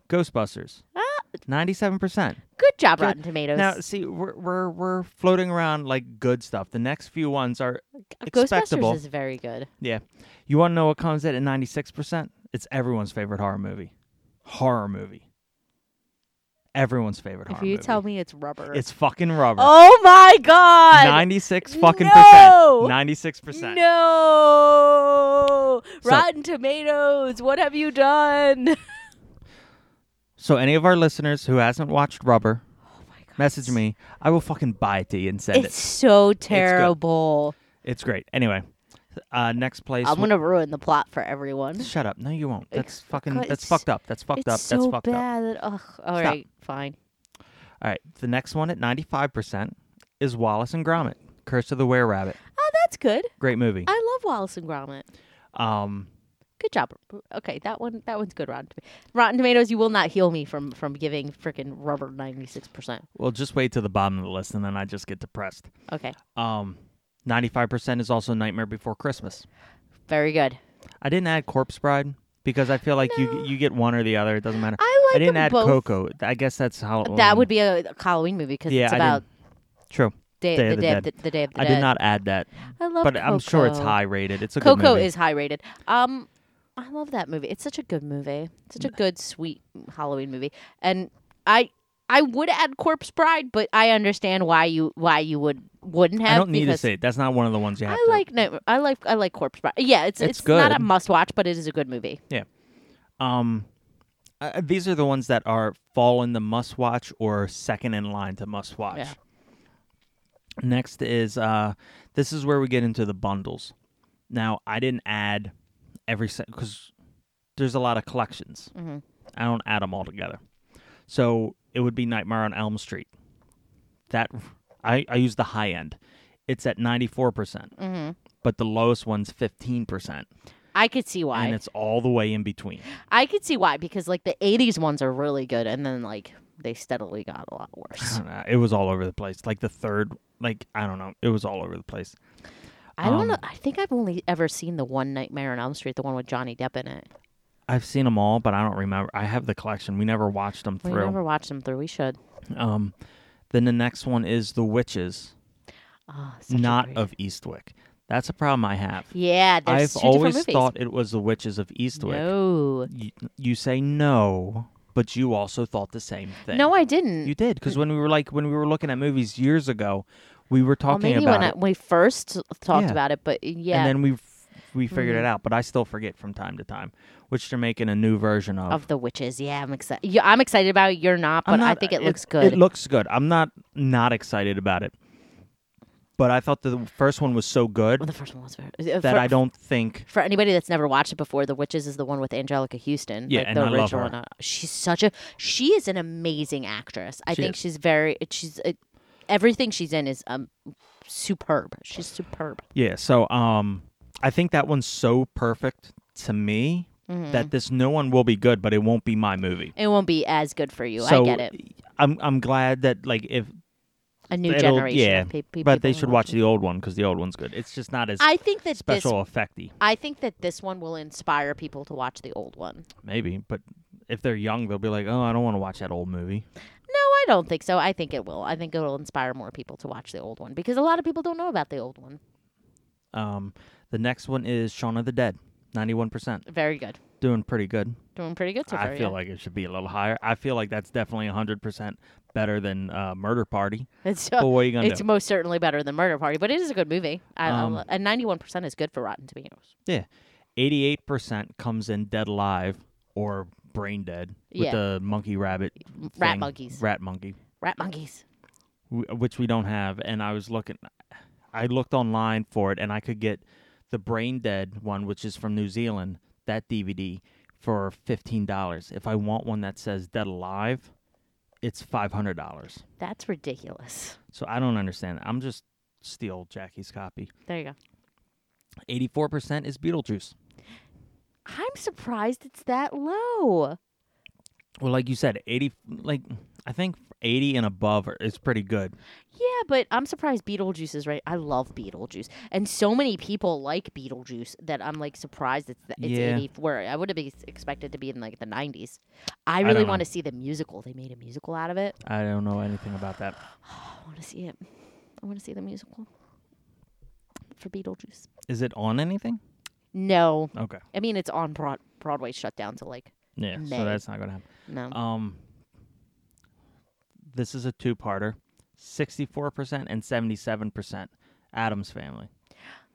B: Ghostbusters.
C: Ah,
B: Ninety-seven percent.
C: Good job,
B: Good.
C: Rotten Tomatoes.
B: Now, see, we're, we're we're floating around like good stuff. The next few ones are. expectable.
C: Ghostbusters is very good.
B: You want to know what comes in at ninety-six percent? It's everyone's favorite horror movie. Horror movie. Everyone's favorite
C: If
B: horror
C: you
B: movie.
C: tell me it's rubber,
B: it's fucking rubber.
C: oh my god,
B: Ninety-six fucking
C: No!
B: percent. Ninety-six percent. So- Oh
C: No, Rotten Tomatoes, what have
B: *laughs*
C: you done?
B: So any of our listeners who hasn't watched Rubber,
C: Oh my god,
B: message me. I will fucking buy it to you and send
C: It's so terrible.
B: it. It's great. Anyway, uh, next place.
C: I'm gonna ruin the plot for everyone.
B: shut up. No, you won't. That's
C: It's-
B: fucking.
C: God,
B: That's
C: it's-
B: fucked up. That's fucked
C: it's
B: up. That's
C: so
B: fucked up.
C: bad. that- Ugh. All right,
B: Stop.
C: fine.
B: All right. The next one at ninety five percent is Wallace and Gromit: Curse of the Were Rabbit.
C: Oh, that's good.
B: Great movie.
C: I love Wallace and Gromit.
B: Um,
C: Good job. Okay, that one that one's good. Rotten Tomatoes. Rotten Tomatoes. You will not heal me from from giving freaking rubber ninety six percent.
B: well, just wait till the bottom of the list, and then I just get depressed.
C: Okay,
B: Um, ninety five percent is also Nightmare Before Christmas.
C: very good.
B: I didn't add Corpse Bride because I feel like
C: No.
B: you you get one or the other. It doesn't matter.
C: I like
B: I didn't
C: them
B: add
C: both.
B: Coco. I guess that's how
C: That would be a Halloween movie because
B: Yeah,
C: it's
B: I
C: about
B: true.
C: day,
B: Day
C: the
B: of the
C: day of
B: Dead.
C: the, the day of the
B: I
C: dead.
B: did not add that,
C: I love,
B: but I'm sure it's
C: Coco.
B: high rated. It's a good
C: Coco
B: movie.
C: is high rated. Um, I love that movie. It's such a good movie. Such a
B: Mm.
C: good, sweet Halloween movie. And I, I would add Corpse Bride, but I understand why you why you would wouldn't have.
B: I don't need to
C: because
B: say it. That's not one of the ones you have
C: I
B: to.
C: like no, I like I like Corpse Bride. Yeah, it's
B: It's
C: it's, not
B: good.
C: a must watch, but it is a good movie.
B: Um, uh, these are the ones that are fall in the must watch or second in line to must watch.
C: Yeah.
B: Next is uh, this is where we get into the bundles. Now I didn't add every because there's a lot of collections.
C: Mhm.
B: I don't add them all together, so it would be Nightmare on Elm Street. That I I use the high end. It's at ninety four percent,
C: hmm
B: but the lowest one's fifteen percent,
C: I could see
B: and
C: why.
B: it's all the way in between.
C: I could see why because like the '80s ones are really good, and then like they steadily got a lot worse.
B: *laughs* Uh, it was all over the place. Like the third, like I don't know, it was all over the place.
C: I don't know.
B: Um,
C: I think I've only ever seen the one Nightmare on Elm Street, the one with Johnny Depp in it.
B: I've seen them all, but I don't remember. I have the collection. We never watched them
C: We
B: through.
C: never watched them through. We should.
B: Um, then the next one is The Witches,
C: Oh, such a
B: not
C: great-
B: of Eastwick. That's a problem I have.
C: Yeah, there's
B: I've
C: two different
B: always
C: movies.
B: thought it was The Witches of Eastwick.
C: no,
B: You, you say no, but you also thought the same thing.
C: no, I didn't.
B: you did because when we were like when we were looking at movies years ago, we were
C: well,
B: talking
C: maybe
B: about
C: when
B: it,
C: I, we first talked
B: Yeah.
C: about it, but yeah, Mm-hmm.
B: and then we f- we figured it out. But I still forget from time to time, which they're making a new version of.
C: of the witches. Yeah, I'm excited. Yeah, I'm excited about it. You're not, but
B: oh. I'm
C: I
B: not-
C: think it, looks good.
B: It looks good. I'm not not excited about it, but I thought the first one was so
C: Well,
B: good
C: the first one was uh, very. That
B: that I don't think.
C: For anybody that's never watched it before, The Witches is the one with Angelica Houston.
B: Yeah,
C: like
B: and
C: the
B: I love
C: original
B: her.
C: one. She's such a she is an amazing actress. I
B: She
C: think
B: is.
C: she's very she's uh everything she's in is um superb. She's superb.
B: Yeah. So um, I think that one's so perfect to me
C: Mm-hmm.
B: that this new one will be good, but it won't be my movie.
C: It won't be as good for you.
B: so
C: I get it.
B: I'm I'm glad that like if
C: A new
B: it'll-
C: generation.
B: yeah,
C: of pe- pe-
B: but they
C: people
B: should
C: who
B: watch the old one because the old one's good. It's just not as
C: I think that this.
B: special effecty.
C: I think that this one will inspire people to watch the old one.
B: Maybe, but if they're young, they'll be like, "Oh, I don't want to watch that old movie."
C: No, I don't think so. I think it will. I think it'll inspire more people to watch the old one because a lot of people don't know about the old one.
B: Um, the next one is Shaun of the Dead, ninety-one percent,
C: Very good.
B: doing pretty good.
C: Doing pretty good so far.
B: I feel
C: yeah.
B: like it should be a little higher. I feel like that's definitely hundred percent better than uh, Murder Party.
C: *laughs* it's
B: But what are you gonna
C: Uh, It's
B: do?
C: most certainly better than Murder Party, but it is a good movie. I, I
B: Um,
C: lo- and ninety-one percent is good for Rotten Tomatoes.
B: Yeah, eighty-eight percent comes in Dead Alive or Brain Dead with
C: Yeah.
B: the monkey rabbit,
C: Rat
B: thing,
C: monkeys.
B: rat monkey,
C: Rat monkeys.
B: wh- which we don't have. And I was looking, I looked online for it, and I could get the Brain Dead one, which is from New Zealand, that DVD for fifteen dollars. If I want one that says Dead Alive, it's five hundred dollars.
C: That's ridiculous.
B: So I don't understand. that. I'm just steal Jackie's copy.
C: There you go.
B: Eighty four percent is Beetlejuice.
C: I'm surprised it's that low.
B: Well, like you said, eighty like I think 80 and above are, is pretty good.
C: Yeah, but I'm surprised Beetlejuice is right. I love Beetlejuice, and so many people like Beetlejuice that I'm like surprised it's the, it's
B: Yeah.
C: 84. I would have ex- expected to be in like the 90s. I
B: I
C: really
B: don't
C: want
B: know.
C: to see the musical. They made a musical out of it.
B: I don't know anything about that.
C: I want to see it. I want to see the musical for Beetlejuice.
B: Is it on anything?
C: No,
B: Okay.
C: I mean it's on Broad- Broadway shut down to like
B: Yeah,
C: May.
B: so that's not going to happen.
C: no.
B: Um, this is a two-parter. Sixty-four percent and seventy-seven percent. Adam's Family.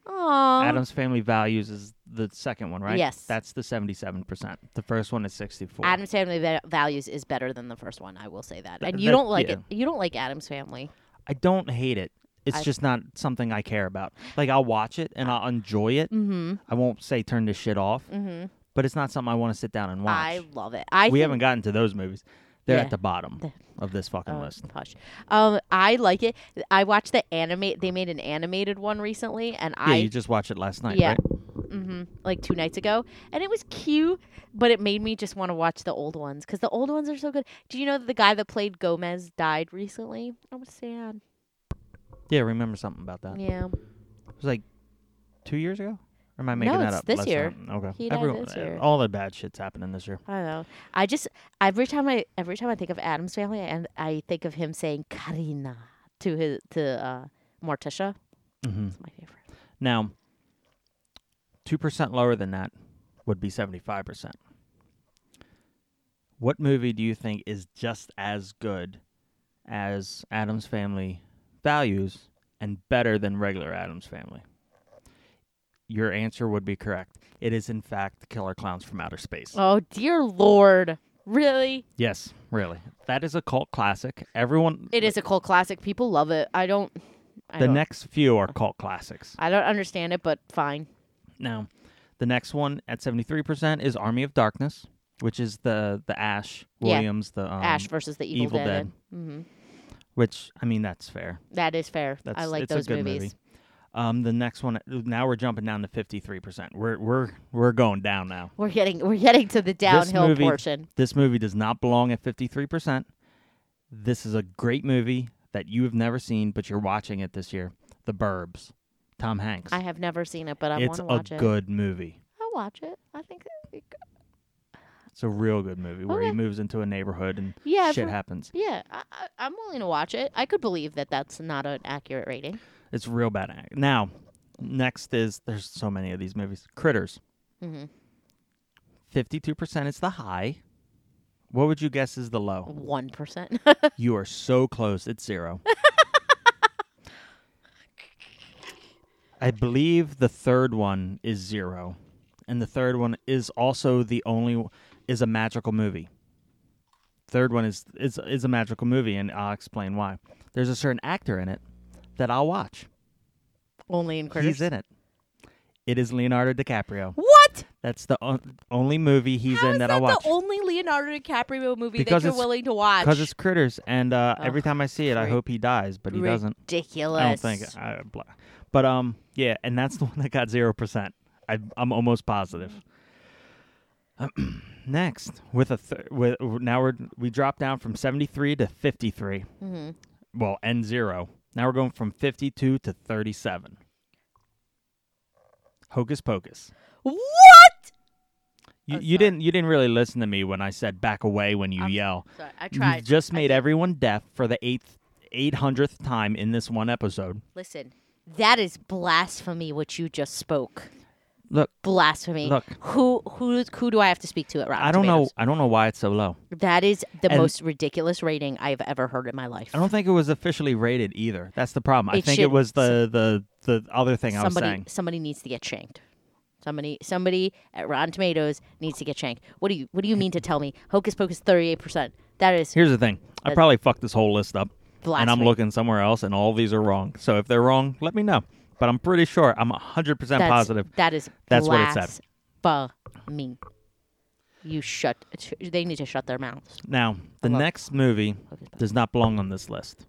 C: Aw.
B: Adam's Family Values is the second one, right?
C: Um, Yes.
B: That's the seventy-seven percent. The first one is sixty-four.
C: Adam's Family va- Values is better than the first one. I will say that.
B: Th-
C: And you
B: that-
C: don't like
B: yeah.
C: it. You don't like Adam's Family.
B: I don't hate it. It's
C: I-
B: just not something I care about. Like I'll watch it and I'll enjoy it.
C: Mm-hmm.
B: I won't say turn this shit off,
C: Mm-hmm.
B: but it's not something I want to sit down and watch.
C: I love it. I
B: we
C: think-
B: haven't gotten to those movies. They're
C: Yeah.
B: at the bottom
C: The-
B: of this fucking
C: Oh,
B: list.
C: Hush. Um, I like it. I watched the animate. They made an animated one recently, and
B: yeah,
C: I
B: you just watched it last night,
C: Yeah.
B: right?
C: hmm like two nights ago, and it was cute, but it made me just want to watch the old ones because the old ones are so good. Do you know that the guy that played Gomez died recently? I was sad.
B: Yeah, remember something about that.
C: Yeah,
B: It was like two years ago. Or am I making
C: No,
B: that
C: it's
B: up?
C: this
B: last
C: year.
B: time? Okay.
C: He died
B: Everyone-
C: this year.
B: All the bad shit's happening this year.
C: I don't know. I just every time I every time I think of Adam's family, and I think of him saying Karina to his to uh, Morticia.
B: hmm
C: It's my favorite.
B: Now, two percent lower than that would be seventy-five percent. What movie do you think is just as good as Adam's Family Values and better than regular Adam's Family? Your answer would be correct. It is, in fact, Killer Clowns from Outer Space.
C: Oh dear lord, really?
B: Yes, really. That is a cult classic. Everyone,
C: It is a cult classic. People love it. I don't. I
B: the
C: don't,
B: next few are cult classics.
C: I don't understand it, but fine.
B: Now, the next one at 73% is Army of Darkness, which is the the Ash
C: Yeah.
B: Williams, the um,
C: Ash versus the Evil,
B: Evil
C: Dead. hmm
B: which I mean that's fair.
C: That is fair.
B: That's
C: I like
B: it's
C: those
B: a good
C: movies.
B: movie. Um, the next one now we're jumping down to 53%. We're we're we're going down now.
C: We're getting we're getting to the downhill
B: movie-
C: portion.
B: This movie does not belong at 53%. This is a great movie that you have never seen but you're watching it this year. The Burbs. Tom Hanks.
C: I have never seen it, but I want
B: it's
C: to
B: a
C: watch it.
B: good movie.
C: I'll watch it. I think. it-
B: It's a real good movie where he
C: Okay.
B: moves into a neighborhood and
C: Yeah, I've
B: shit
C: heard-
B: happens.
C: Yeah, I, I, I'm willing to watch it. I could believe that that's not an accurate rating.
B: It's real bad. act- Now, next is there's so many of these movies. Critters.
C: hmm
B: Fifty-two percent is the high. What would you guess is the low?
C: One percent. *laughs*
B: you are so close. It's zero. I believe the third one is zero, and the third one is also the only is a magical movie. Third one is is is a magical movie, and I'll explain why. There's a certain actor in it that I'll watch.
C: Only in critters.
B: He's in it. It is Leonardo DiCaprio.
C: What?
B: That's the on- only movie he's
C: How
B: in
C: is
B: that,
C: that
B: I watch.
C: the only Leonardo DiCaprio movie
B: Because
C: that you're
B: it's-
C: willing to watch? Oh,
B: Because it's critters, and uh, every
C: Ugh,
B: time I see it, I
C: ri-
B: hope he dies, but he doesn't.
C: ridiculous.
B: I don't think. I, blah. But um, yeah, and that's the one that got zero percent. I'm almost positive. *clears throat* Next, with a thir- with now we're we drop down from 73 to 53.
C: Mhm.
B: Well, and zero. Now we're going from 52 to 37. Hocus Pocus.
C: What?
B: You,
C: Oh,
B: you
C: sorry.
B: didn't you didn't really listen to me when I said back away when you
C: I'm-
B: yell.
C: Sorry, I
B: You've
C: tried.
B: just made everyone deaf for the eighth eight hundredth time in this one episode.
C: Listen, that is blasphemy what you just spoke.
B: Look,
C: Blasphemy.
B: Look.
C: who who who do I have to speak to at Rotten
B: I don't know
C: Tomatoes?
B: I don't know why it's so low.
C: That is the
B: And-
C: most ridiculous rating I've ever heard in my life.
B: I don't think it was officially rated either. That's the problem. I
C: It
B: think it
C: shouldn't.
B: was the the the other thing I was
C: somebody
B: saying.
C: somebody needs to get shanked. Somebody somebody at Rotten Tomatoes needs to get shanked. What do you what do you mean to tell me Hocus Pocus 38%? That is
B: Here's the thing. I
C: That's-
B: probably fucked this whole list up. And I'm
C: Blasphemy.
B: looking somewhere else and all these are wrong. So if they're wrong, let me know. But I'm pretty sure I'm 100%
C: that's,
B: positive.
C: That is
B: That's what it said.
C: blasphemy. You shut they need to shut their mouths.
B: Now, the
C: love-
B: next movie
C: Hocus Pocus.
B: does not belong on this list.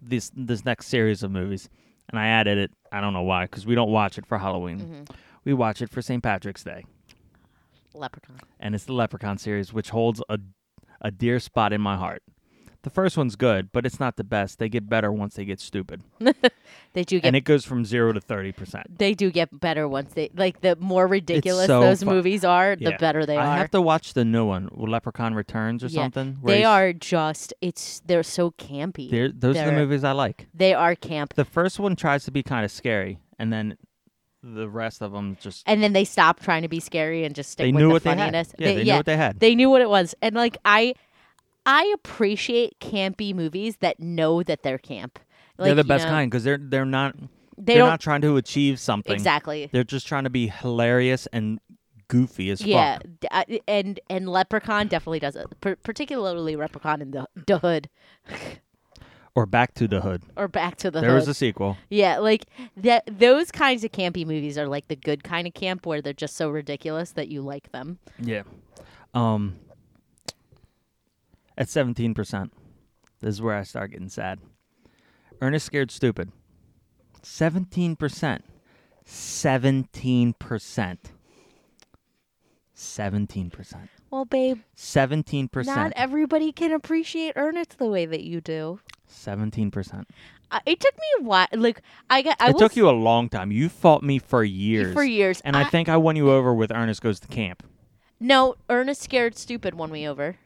B: This this next series of movies, and I added it. I don't know why, because we don't watch it for Halloween.
C: Mm-hmm.
B: We watch it for St. Patrick's Day,
C: Leprechaun.
B: and it's the Leprechaun series, which holds a a dear spot in my heart. The first one's good, but it's not the best. They get better once they get stupid,
C: They do get
B: and it goes from zero to thirty percent.
C: they do get better once they like the more ridiculous
B: so
C: those
B: fu-
C: movies are, the
B: Yeah.
C: better they
B: I
C: are.
B: have to watch the new one, Leprechaun Returns or
C: Yeah.
B: something. where
C: they
B: he's-
C: are just it's they're so campy.
B: they're- those are the
C: they're-
B: movies I like.
C: They are camp,
B: The first one tries to be kind of scary, and then the rest of them just
C: and then they stop trying to be scary and just stick
B: they
C: with
B: knew
C: the
B: what they had.
C: funniness.
B: Yeah, they, knew what they had.
C: they knew what it was, and like I, I appreciate campy movies that know that they're camp. Like,
B: they're the
C: you
B: best
C: know,
B: kind because they're they're not
C: They
B: are
C: don't
B: not trying to achieve something.
C: exactly.
B: They're just trying to be hilarious and goofy as
C: Yeah,
B: fuck.
C: d- I- and and Leprechaun definitely does it, Par- particularly Leprechaun in the, the Hood
B: Or back to the hood.
C: or Back to the
B: there
C: Hood.
B: was a sequel.
C: Yeah, like that. Those kinds of campy movies are like the good kind of camp where they're just so ridiculous that you like them.
B: Yeah. Um at seventeen percent. This is where I start getting sad. Ernest Scared Stupid. Seventeen percent. Seventeen percent. Seventeen percent.
C: Well, babe,
B: Seventeen
C: not
B: percent.
C: everybody can appreciate Ernest the way that you do.
B: Seventeen percent.
C: Uh, it took me a while. Like I got. I
B: It
C: will
B: took
C: s-
B: you a long time. You fought me for years.
C: for years.
B: And I, think I won you over with Ernest Goes to Camp.
C: no, Ernest scared stupid won me over.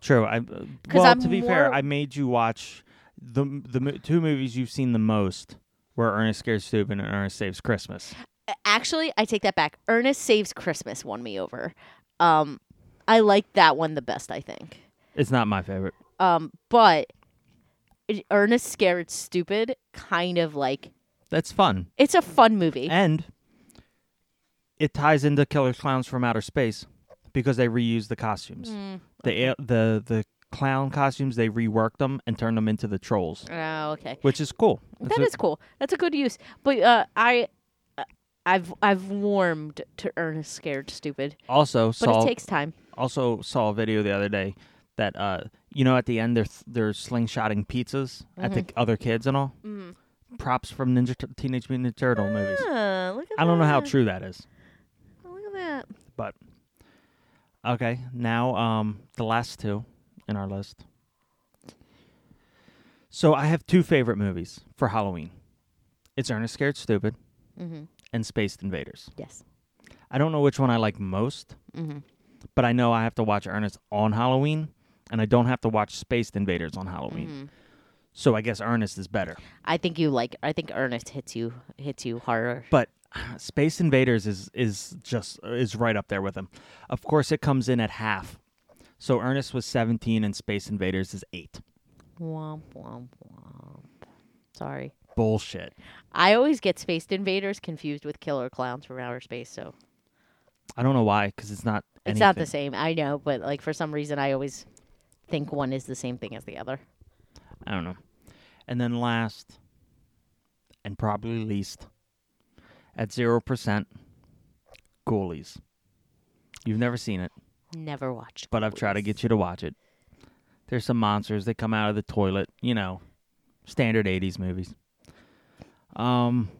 B: True. I uh, well,
C: I'm
B: to be fair,
C: more-
B: I made you watch the the mo- two movies you've seen the most were Ernest Scared Stupid and Ernest Saves Christmas.
C: A- Actually, I take that back. Ernest Saves Christmas won me over. Um, I like that one the best. I think.
B: It's not my favorite.
C: Um, but it- Ernest scared stupid kind of like
B: That's fun,
C: it's a fun movie.
B: and it ties into Killer Clowns from Outer Space because they reuse the costumes.
C: Mm,
B: The al- the the clown costumes they reworked them and turned them into the trolls,
C: Oh, okay.
B: which is cool. It's
C: That
B: a-
C: is cool. That's a good use. But uh, I, uh, I've I've warmed to Ernest Scared Stupid,
B: also
C: but
B: saw
C: it takes time.
B: also saw a video the other day that uh you know at the end they're they're slingshotting pizzas at the other kids and all props from ninja Tur- teenage mutant turtle movies
C: Ah, look at
B: i don't know how
C: that.
B: true that is
C: Look at that.
B: but okay now um the last two in our list so i have two favorite movies for halloween it's ernest scared stupid and spaced invaders
C: Yes.
B: I don't know which one I like most, but I know I have to watch Ernest on Halloween, and I don't have to watch Spaced Invaders on Halloween. So I guess Ernest is better.
C: I think you like. I think Ernest hits you hits you harder.
B: But *sighs* Space Invaders is is just is right up there with him. Of course, it comes in at half. So Ernest was 17, and Space Invaders is eight.
C: Womp womp womp. Sorry.
B: Bullshit.
C: I always get Space Invaders confused with Killer Clowns from Outer Space, so
B: I don't know why, because it's not.
C: it's not the
B: anything.
C: same. I know, but like for some reason, I always think one is the same thing as the other.
B: I don't know. And then last, and probably least, at 0%, Ghoulies. You've never seen it,
C: Never watched.
B: but I've tried to
C: Ghoulies.
B: get you to watch it. There's some monsters. They come out of the toilet. You know, standard 80s movies. Um,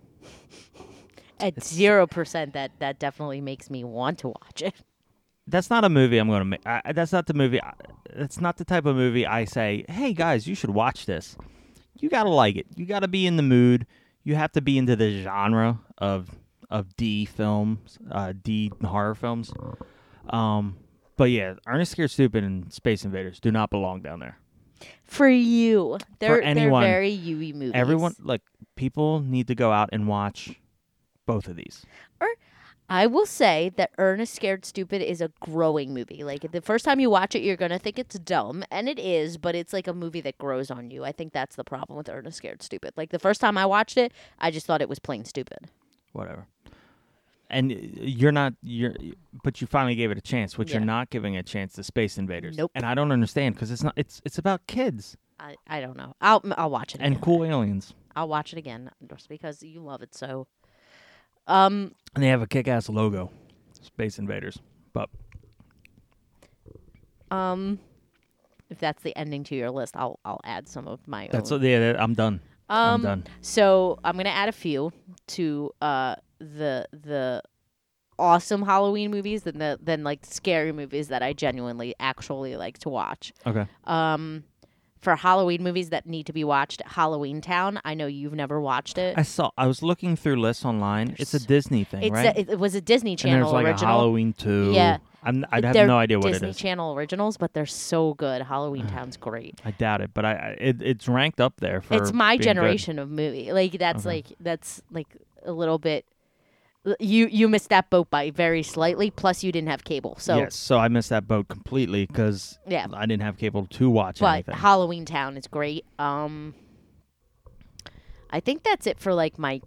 C: at zero percent that that definitely makes me want to watch it
B: that's not a movie I'm going to make. I, I- that's not the movie. I, that's not the type of movie I say, hey, guys, you should watch this. You got to like it. You got to be in the mood. You have to be into the genre of of D films, uh, D horror films. Um, but yeah, Ernest Scared Stupid and Space Invaders do not belong down there.
C: for you they're,
B: anyone.
C: they're very you movies
B: Everyone, like, people need to go out and watch both of these.
C: i will say that ernest scared stupid is a growing movie like the first time you watch it you're gonna think it's dumb and it is but it's like a movie that grows on you i think that's the problem with ernest scared stupid like the first time i watched it i just thought it was plain stupid
B: whatever. And uh, you're not you're, but you finally gave it a chance, which you're
C: Yeah.
B: not giving a chance to Space Invaders.
C: Nope.
B: And I don't understand because it's not it's it's about kids
C: i, I don't know i'll, I'll watch it
B: and
C: again.
B: cool aliens,
C: i'll watch it again just because you love it so um
B: and they have a kick-ass logo, Space Invaders. But
C: Um, if that's the ending to your list, I'll I'll add some of my
B: that's
C: own.
B: yeah, that- I'm done. I'm
C: Um,
B: done.
C: So I'm gonna add a few to uh the the awesome Halloween movies than the than like scary movies that I genuinely actually like to watch.
B: Okay.
C: Um, for Halloween movies that need to be watched. Halloween Town. I know you've never watched it.
B: I saw. I was looking through lists online. it's a
C: There's-
B: Disney thing,
C: it's
B: right?
C: a, it, it was a Disney
B: and
C: Channel
B: there's like a
C: original.
B: Halloween two.
C: Yeah.
B: I'm, I'd have
C: They're
B: no idea what
C: Disney
B: it is.
C: Channel originals, but they're so good. Halloween Town's great.
B: I doubt it, but I, I it, it's ranked up there for.
C: It's my
B: being good.
C: generation of movie. Like that's
B: Okay.
C: like that's like a little bit. You you missed that boat by very slightly. Plus, you didn't have cable, so
B: yes, so I missed that boat completely because
C: Yeah.
B: I didn't have cable to watch
C: but
B: anything.
C: Halloween Town is great. Um, I think that's it for like my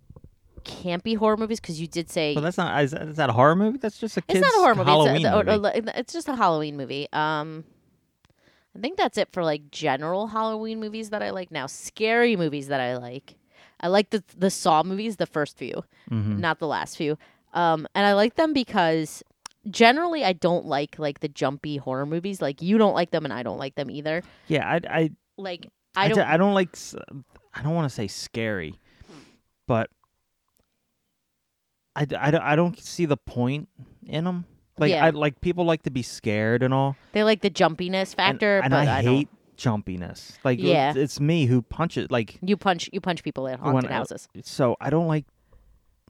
C: campy horror movies because you did say
B: Well, that's not is that, is that a horror movie? That's just a
C: it's
B: kids
C: not a horror movie.
B: Halloween
C: It's, a,
B: movie.
C: movie. it's just a Halloween movie. Um, I think that's it for like general Halloween movies that I like now. Scary movies that I like. I like the the Saw movies, the first few,
B: Mhm.
C: not the last few. Um, and I like them because generally I don't like like the jumpy horror movies. Like you don't like them, and I don't like them either.
B: Yeah, I I
C: Like
B: I,
C: I
B: d-
C: don't.
B: I don't like. s- I don't want to say scary, but I, d- I, d- I don't see the point in them. Like
C: Yeah.
B: I like people like to be scared and all.
C: They like the jumpiness
B: and-
C: factor,
B: and,
C: but
B: I,
C: I,
B: hate jumpiness. Like
C: Yeah.
B: it's, it's me who punches. Like
C: don't. You punch you punch people at
B: When
C: haunted
B: I-
C: houses.
B: so I don't like.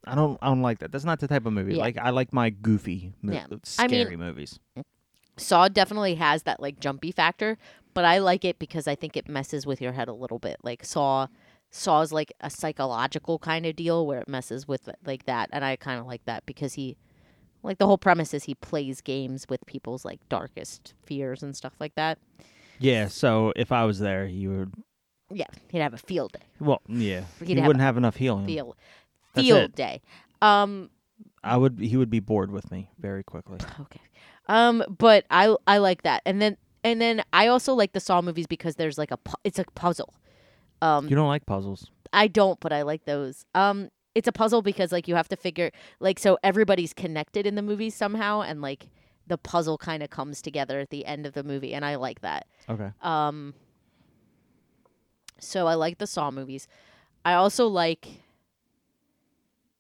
B: I don't I don't like that. That's not the type of movie.
C: Yeah.
B: Like I like my goofy, mo-
C: Yeah. I mean-
B: scary movies.
C: Saw definitely has that like jumpy factor, but I like it because I think it messes with your head a little bit. Like Saw Saw is like a psychological kind of deal where it messes with like that, and I kind of like that because he like the whole premise is he plays games with people's like darkest fears and stuff like that.
B: Yeah. So if I was there, you would.
C: Yeah, he'd have a field day.
B: Well, yeah,
C: He'd
B: he
C: have
B: wouldn't have enough healing.
C: Field
B: Hmm. That's
C: field
B: it.
C: day. Um
B: I would. He would be bored with me very quickly.
C: Okay. Um, but I I like that, and then and then I also like the Saw movies because there's like a pu- it's a puzzle. Um,
B: You don't like puzzles.
C: I don't, but I like those. Um, it's a puzzle because like you have to figure like so everybody's connected in the movie somehow, and like the puzzle kind of comes together at the end of the movie, and I like that.
B: Okay.
C: Um, so I like the Saw movies. I also like.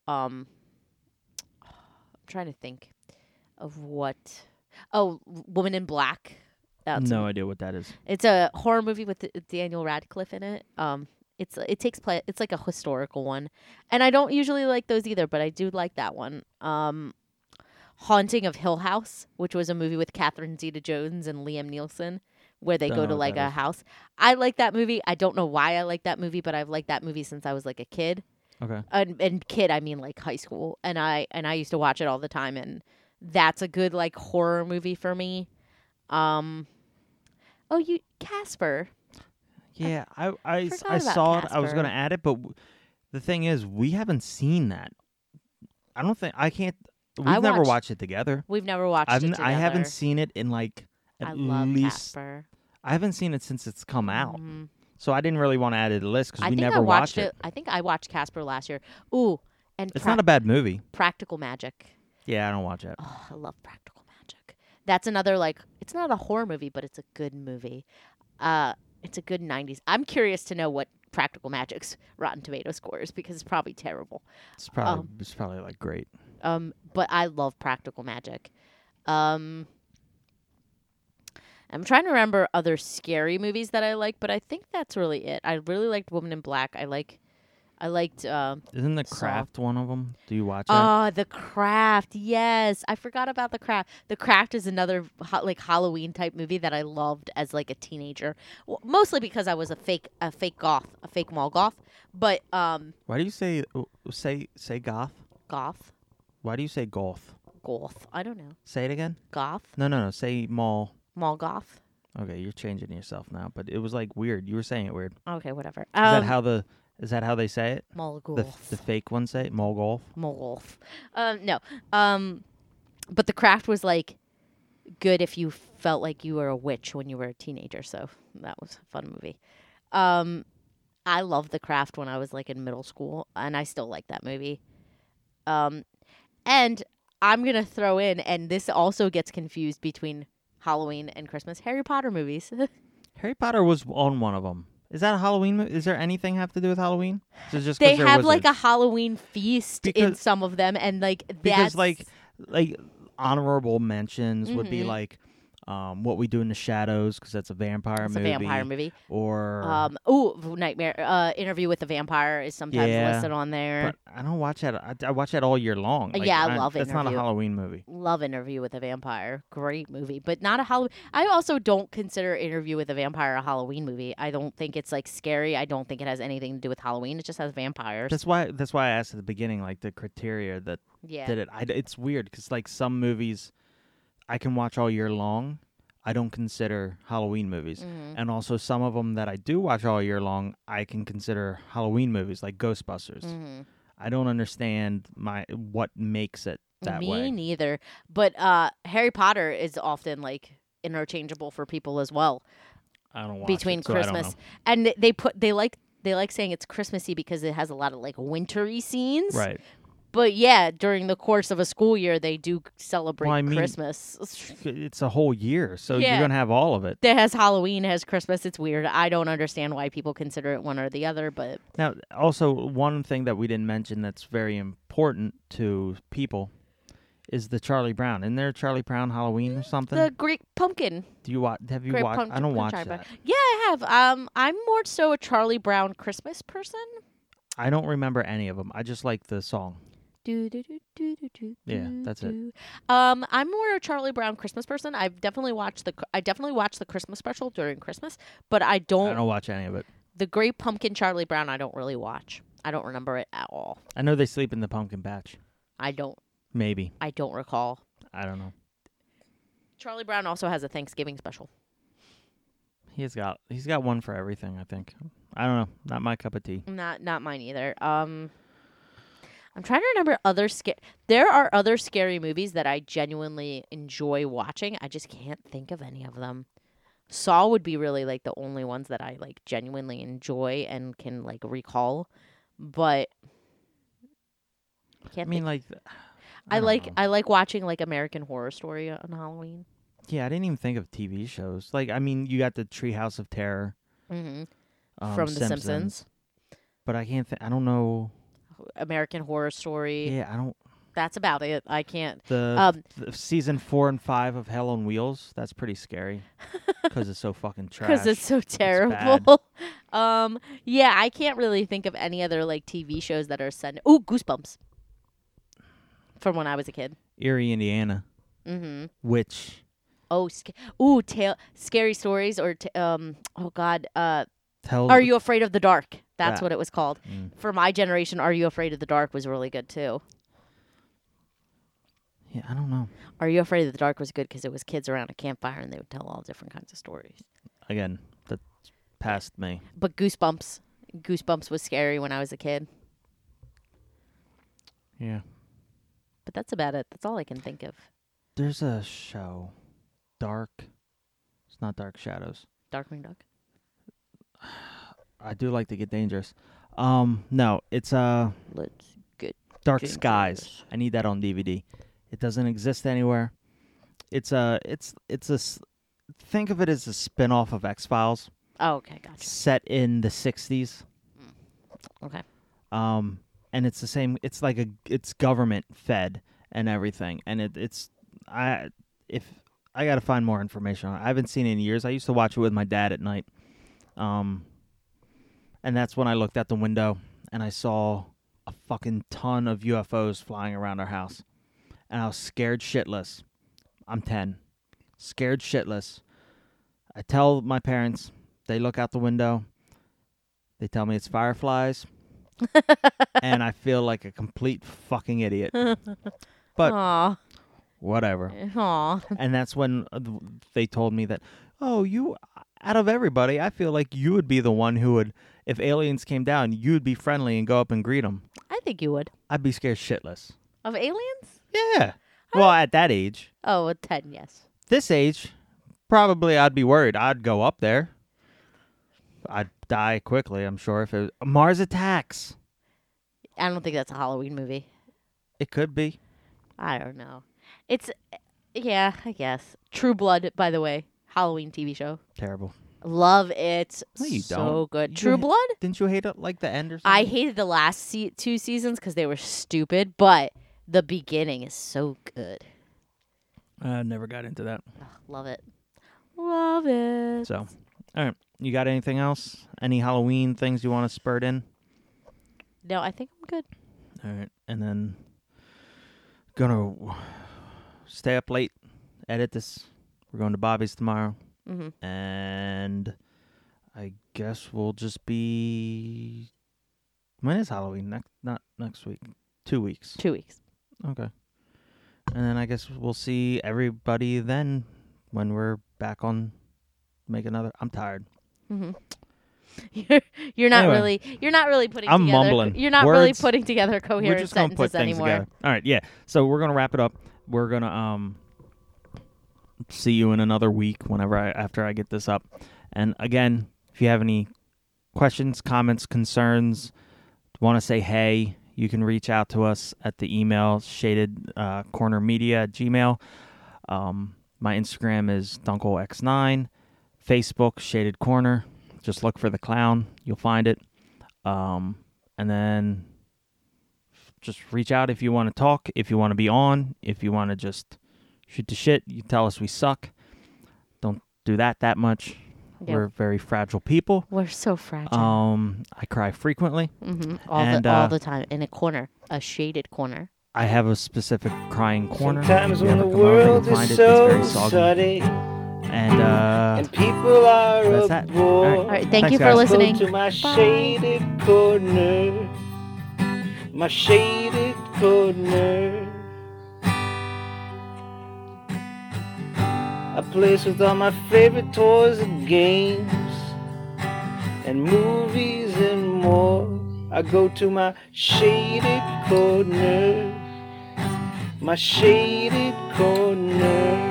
C: Um, I'm trying to think of what. Oh, Woman in Black. That's
B: no idea what that is.
C: It's a horror movie with D- Daniel Radcliffe in it. Um, it's it takes place. It's like a historical one, and I don't usually like those either, but I do like that one. Um, Haunting of Hill House, which was a movie with Catherine Zeta-Jones and Liam Nielsen, where they
B: Don't
C: go
B: know
C: to
B: what
C: like
B: that
C: a
B: is.
C: house. I like that movie. I don't know why I like that movie, but I've liked that movie since I was like a kid
B: Okay.
C: and, and kid i mean like high school and i and i used to watch it all the time and that's a good like horror movie for me um oh you casper
B: Yeah, I I, s-
C: forgot
B: I
C: about
B: saw it. I was
C: Casper.
B: going to add it, but w- the thing is, we haven't seen that. I don't think I can't. We've
C: I
B: never
C: watched-
B: watched it together.
C: we've never watched
B: I've
C: it
B: n- I haven't
C: together.
B: seen it in like at
C: i love
B: least
C: casper
B: I haven't seen it since it's come out.
C: Mhm.
B: So I didn't really want to add it to the list because
C: i
B: we
C: think
B: never
C: i
B: watch
C: watched it. i think i watched casper last year ooh and
B: It's
C: Prac-
B: not a bad movie.
C: practical magic
B: Yeah, I don't watch it.
C: oh i love practical magic that's another like it's not a horror movie but it's a good movie uh it's a good 90s i'm curious to know what practical magic's rotten tomato score is because it's probably terrible
B: It's probably
C: Oh.
B: it's probably like great.
C: Um, but I love practical magic. Um, I'm trying to remember other scary movies that I like, but I think that's really it. I really liked Woman in Black. I like, I liked. Uh,
B: Isn't the
C: Saw.
B: Craft one of them? Do you watch it?
C: Ah, the craft. Yes, I forgot about the craft. The craft is another ho- like Halloween type movie that I loved as like a teenager, w- mostly because I was a fake a fake goth, a fake mall goth. But um,
B: Why do you say w- say say goth?
C: goth,
B: Why do you say goth?
C: goth. I don't know,
B: Say it again.
C: goth,
B: No, no, no. Say mall.
C: mall goth.
B: Okay, you're changing yourself now, but it was like weird. You were saying it weird. Is
C: Okay, whatever.
B: that
C: Um,
B: how the is that how they say it? The
C: Molgolf.
B: the fake one say it? Mall golf.
C: Molgolf. Um, no. Um, but the craft was like good if you felt like you were a witch when you were a teenager. So that was a fun movie. Um, I loved the craft when I was like in middle school, and I still like that movie. Um, and I'm gonna throw in, and this also gets confused between Halloween and Christmas. Harry Potter movies. *laughs*
B: Harry Potter was on one of them. Is that a Halloween? mo- Is there anything have to do with Halloween? Is it just
C: they
B: 'cause they're
C: have like a
B: wizards?
C: Halloween feast in
B: Because-
C: some of them, and like that's
B: because like like honorable mentions would be
C: Mhm.
B: like um, What We Do in the Shadows because that's a vampire
C: It's a
B: movie.
C: vampire movie.
B: Or
C: Um, ooh, v- Nightmare uh, Interview with the Vampire is sometimes
B: Yeah.
C: listed on there.
B: but I don't watch that. I, I watch that all year long.
C: Uh, yeah, I
B: I
C: love
B: That's not a
C: Interview.
B: Halloween movie.
C: Love Interview with a Vampire. Great movie, but not a Halloween. I also don't consider Interview with a Vampire a Halloween movie. I don't think it's like scary. I don't think it has anything to do with Halloween. It just has vampires.
B: That's why. That's why I asked at the beginning, like the criteria that
C: yeah.
B: did it. I, it's weird because like some movies, I can watch all year long. I don't consider Halloween
C: Mm-hmm.
B: movies, and also some of them that I do watch all year long, I can consider Halloween movies, like Ghostbusters.
C: Mm. Mm-hmm.
B: I don't understand my what makes it that
C: Me
B: way.
C: neither. But uh, Harry Potter is often like interchangeable for people as well
B: I don't watch
C: between
B: it, so I don't
C: Christmas and th- they put they like they like saying it's Christmassy because it has a lot of like wintry scenes.
B: know.
C: *laughs*
B: right?
C: But yeah, during the course of a school year, they do celebrate
B: Well, I mean-
C: Christmas.
B: It's a whole year, so
C: Yeah.
B: you're gonna have all of it.
C: That has Halloween, has Christmas. It's weird. I don't understand why people consider it one or the other, but
B: Now, also one thing that we didn't mention that's very important to people is the Charlie Brown. Isn't there a Charlie Brown Halloween or something?
C: the Great Pumpkin.
B: Do you watch? Have you
C: Great
B: watched?
C: Pumpkin.
B: I don't watch
C: Charlie Brown.
B: that.
C: Yeah, I have. Um, I'm more so a Charlie Brown Christmas person.
B: I don't remember any of them. I just like the song.
C: Do, do, do, do, do, do,
B: Yeah,
C: do,
B: that's it.
C: do. Um, I'm more a Charlie Brown Christmas person. I've definitely watched the I definitely watched the Christmas special during Christmas, but I don't,
B: I don't watch any of it.
C: the Great Pumpkin Charlie Brown. I don't really watch. I don't remember it at all.
B: I know they sleep in the pumpkin patch.
C: I don't.
B: Maybe
C: I don't recall.
B: I don't know.
C: Charlie Brown also has a Thanksgiving special.
B: He's got he's got one for everything. I think. I don't know. Not my cup of tea.
C: Not not mine either. Um, I'm trying to remember other scare. There are other scary movies that I genuinely enjoy watching. I just can't think of any of them. Saw would be really like the only ones that I like genuinely enjoy and can like recall, but I
B: I
C: can't.
B: mean,
C: think.
B: like.
C: I,
B: don't
C: like
B: know.
C: I like watching like American Horror Story on Halloween.
B: Yeah, I didn't even think of TV shows. Like, I mean, you got the Treehouse of Terror
C: hmm
B: um,
C: From The Simpsons,
B: but I can't. think I don't know.
C: American Horror Story.
B: Yeah, Uh, I don't.
C: That's about it. I can't.
B: The
C: Um,
B: the season four and five of Hell on Wheels. That's pretty
C: *laughs*
B: scary because it's so fucking trash.
C: because it's so
B: bad.
C: terrible. *laughs* um, yeah, I can't really think of any other like TV shows that are sent. Ooh, Goosebumps. From when I was a kid.
B: Erie, Indiana,
C: Mm-hmm.
B: which
C: Oh, sc- ooh, tale scary stories or t- um. Oh God. Uh,
B: tells.
C: Are You Afraid of the Dark?
B: That.
C: That's what it was called.
B: Mm.
C: For my generation, Are You Afraid of the Dark was really good too.
B: Yeah, I don't know.
C: Are You Afraid of the Dark was good because it was kids around a campfire and they would tell all different kinds of stories.
B: Again, that's past me.
C: But Goosebumps, Goosebumps was scary when I was a kid.
B: Yeah,
C: But that's about it. That's all I can think of.
B: there's a show, Dark. It's not Dark Shadows.
C: Darkwing Duck.
B: I do like to get dangerous. Um, no, it's uh
C: Let's get
B: Dark
C: Dangerous.
B: Skies. I need that on DVD. It doesn't exist anywhere. It's a it's it's a s- think of it as a spin-off of X-Files.
C: Oh, okay, gotcha.
B: set in the 60s
C: Okay.
B: um and it's the same it's like a it's government fed and everything and it, it's i if i gotta find more information on it i haven't seen it in years i used to watch it with my dad at night um and that's when i looked out the window and i saw a fucking ton of ufos flying around our house and i was scared shitless i'm 10 scared shitless i tell my parents they look out the window they tell me it's fireflies and I feel like a complete fucking idiot. But-
C: Aw,
B: Whatever.
C: aw.
B: And that's when uh, th- they told me that, oh, you, out of everybody, I feel like you would be the one who would, if aliens came down, you'd be friendly and go up and greet them.
C: I think you would.
B: I'd be scared shitless.
C: Of aliens?
B: Yeah. Well, at that age,
C: Oh, a 10, yes.
B: this age, probably I'd be worried. I'd go up there. I'd die quickly, I'm sure. If it was, Mars attacks,
C: I don't think that's a Halloween movie.
B: it could be.
C: I don't know. It's, yeah, I guess. True Blood, by the way, Halloween TV show.
B: Terrible.
C: Love it.
B: No, you
C: so
B: don't.
C: good.
B: You
C: True
B: ha-
C: Blood?
B: Didn't you hate it like the end or something?
C: I hated the last se- two seasons because they were stupid, but the beginning is so good.
B: I never got into that.
C: Love it. Love it.
B: So, all right. You got anything else? Any Halloween things you want to spurt in?
C: No, I think I'm good.
B: All right. And then gonna stay up late, edit this. We're going to Bobby's tomorrow.
C: Mhm.
B: And I guess we'll just be when is Halloween? Next not next week. Two weeks.
C: Two weeks.
B: Okay. And then I guess we'll see everybody then when we're back on make another I'm tired.
C: Mm-hmm. You're, you're not
B: Anyway.
C: really you're not really putting
B: I'm
C: together
B: mumbling.
C: you're not really
B: Words-
C: putting together coherent
B: we're just gonna put
C: sentences
B: things
C: anymore.
B: together. All right, yeah. So we're gonna wrap it up. We're gonna um see you in another week whenever I after I get this up. And again, if you have any questions, comments, concerns, want to say hey, you can reach out to us at the email shaded uh, corner media at gmail. Um, my Instagram is dunkelx9, Facebook shaded corner. Just look for the clown, you'll find it. Um, and then just reach out if you want to talk, if you want to be on, if you want to just shoot the shit. You tell us we suck. Don't do that that much.
C: Yeah.
B: We're very fragile people.
C: We're so fragile.
B: Um, I cry frequently.
C: hmm All
B: and,
C: the all
B: uh,
C: the time in a corner, a shaded corner.
B: I have a specific crying corner.
A: Sometimes
B: You
A: when
B: ever
A: the
B: come over, you
A: world
B: can find
A: is
B: it. It's
A: so
B: very soggy.
A: sunny
B: And uh,
A: and people are
B: that's
A: a
B: that. All right.
A: bore.
C: All right, thank
B: Thanks,
C: you for
B: guys.
A: Go
C: listening.
A: to my shaded corner. My shaded corner. A place with all my favorite toys and games and movies and more. I go to my shaded corner. My shaded corner.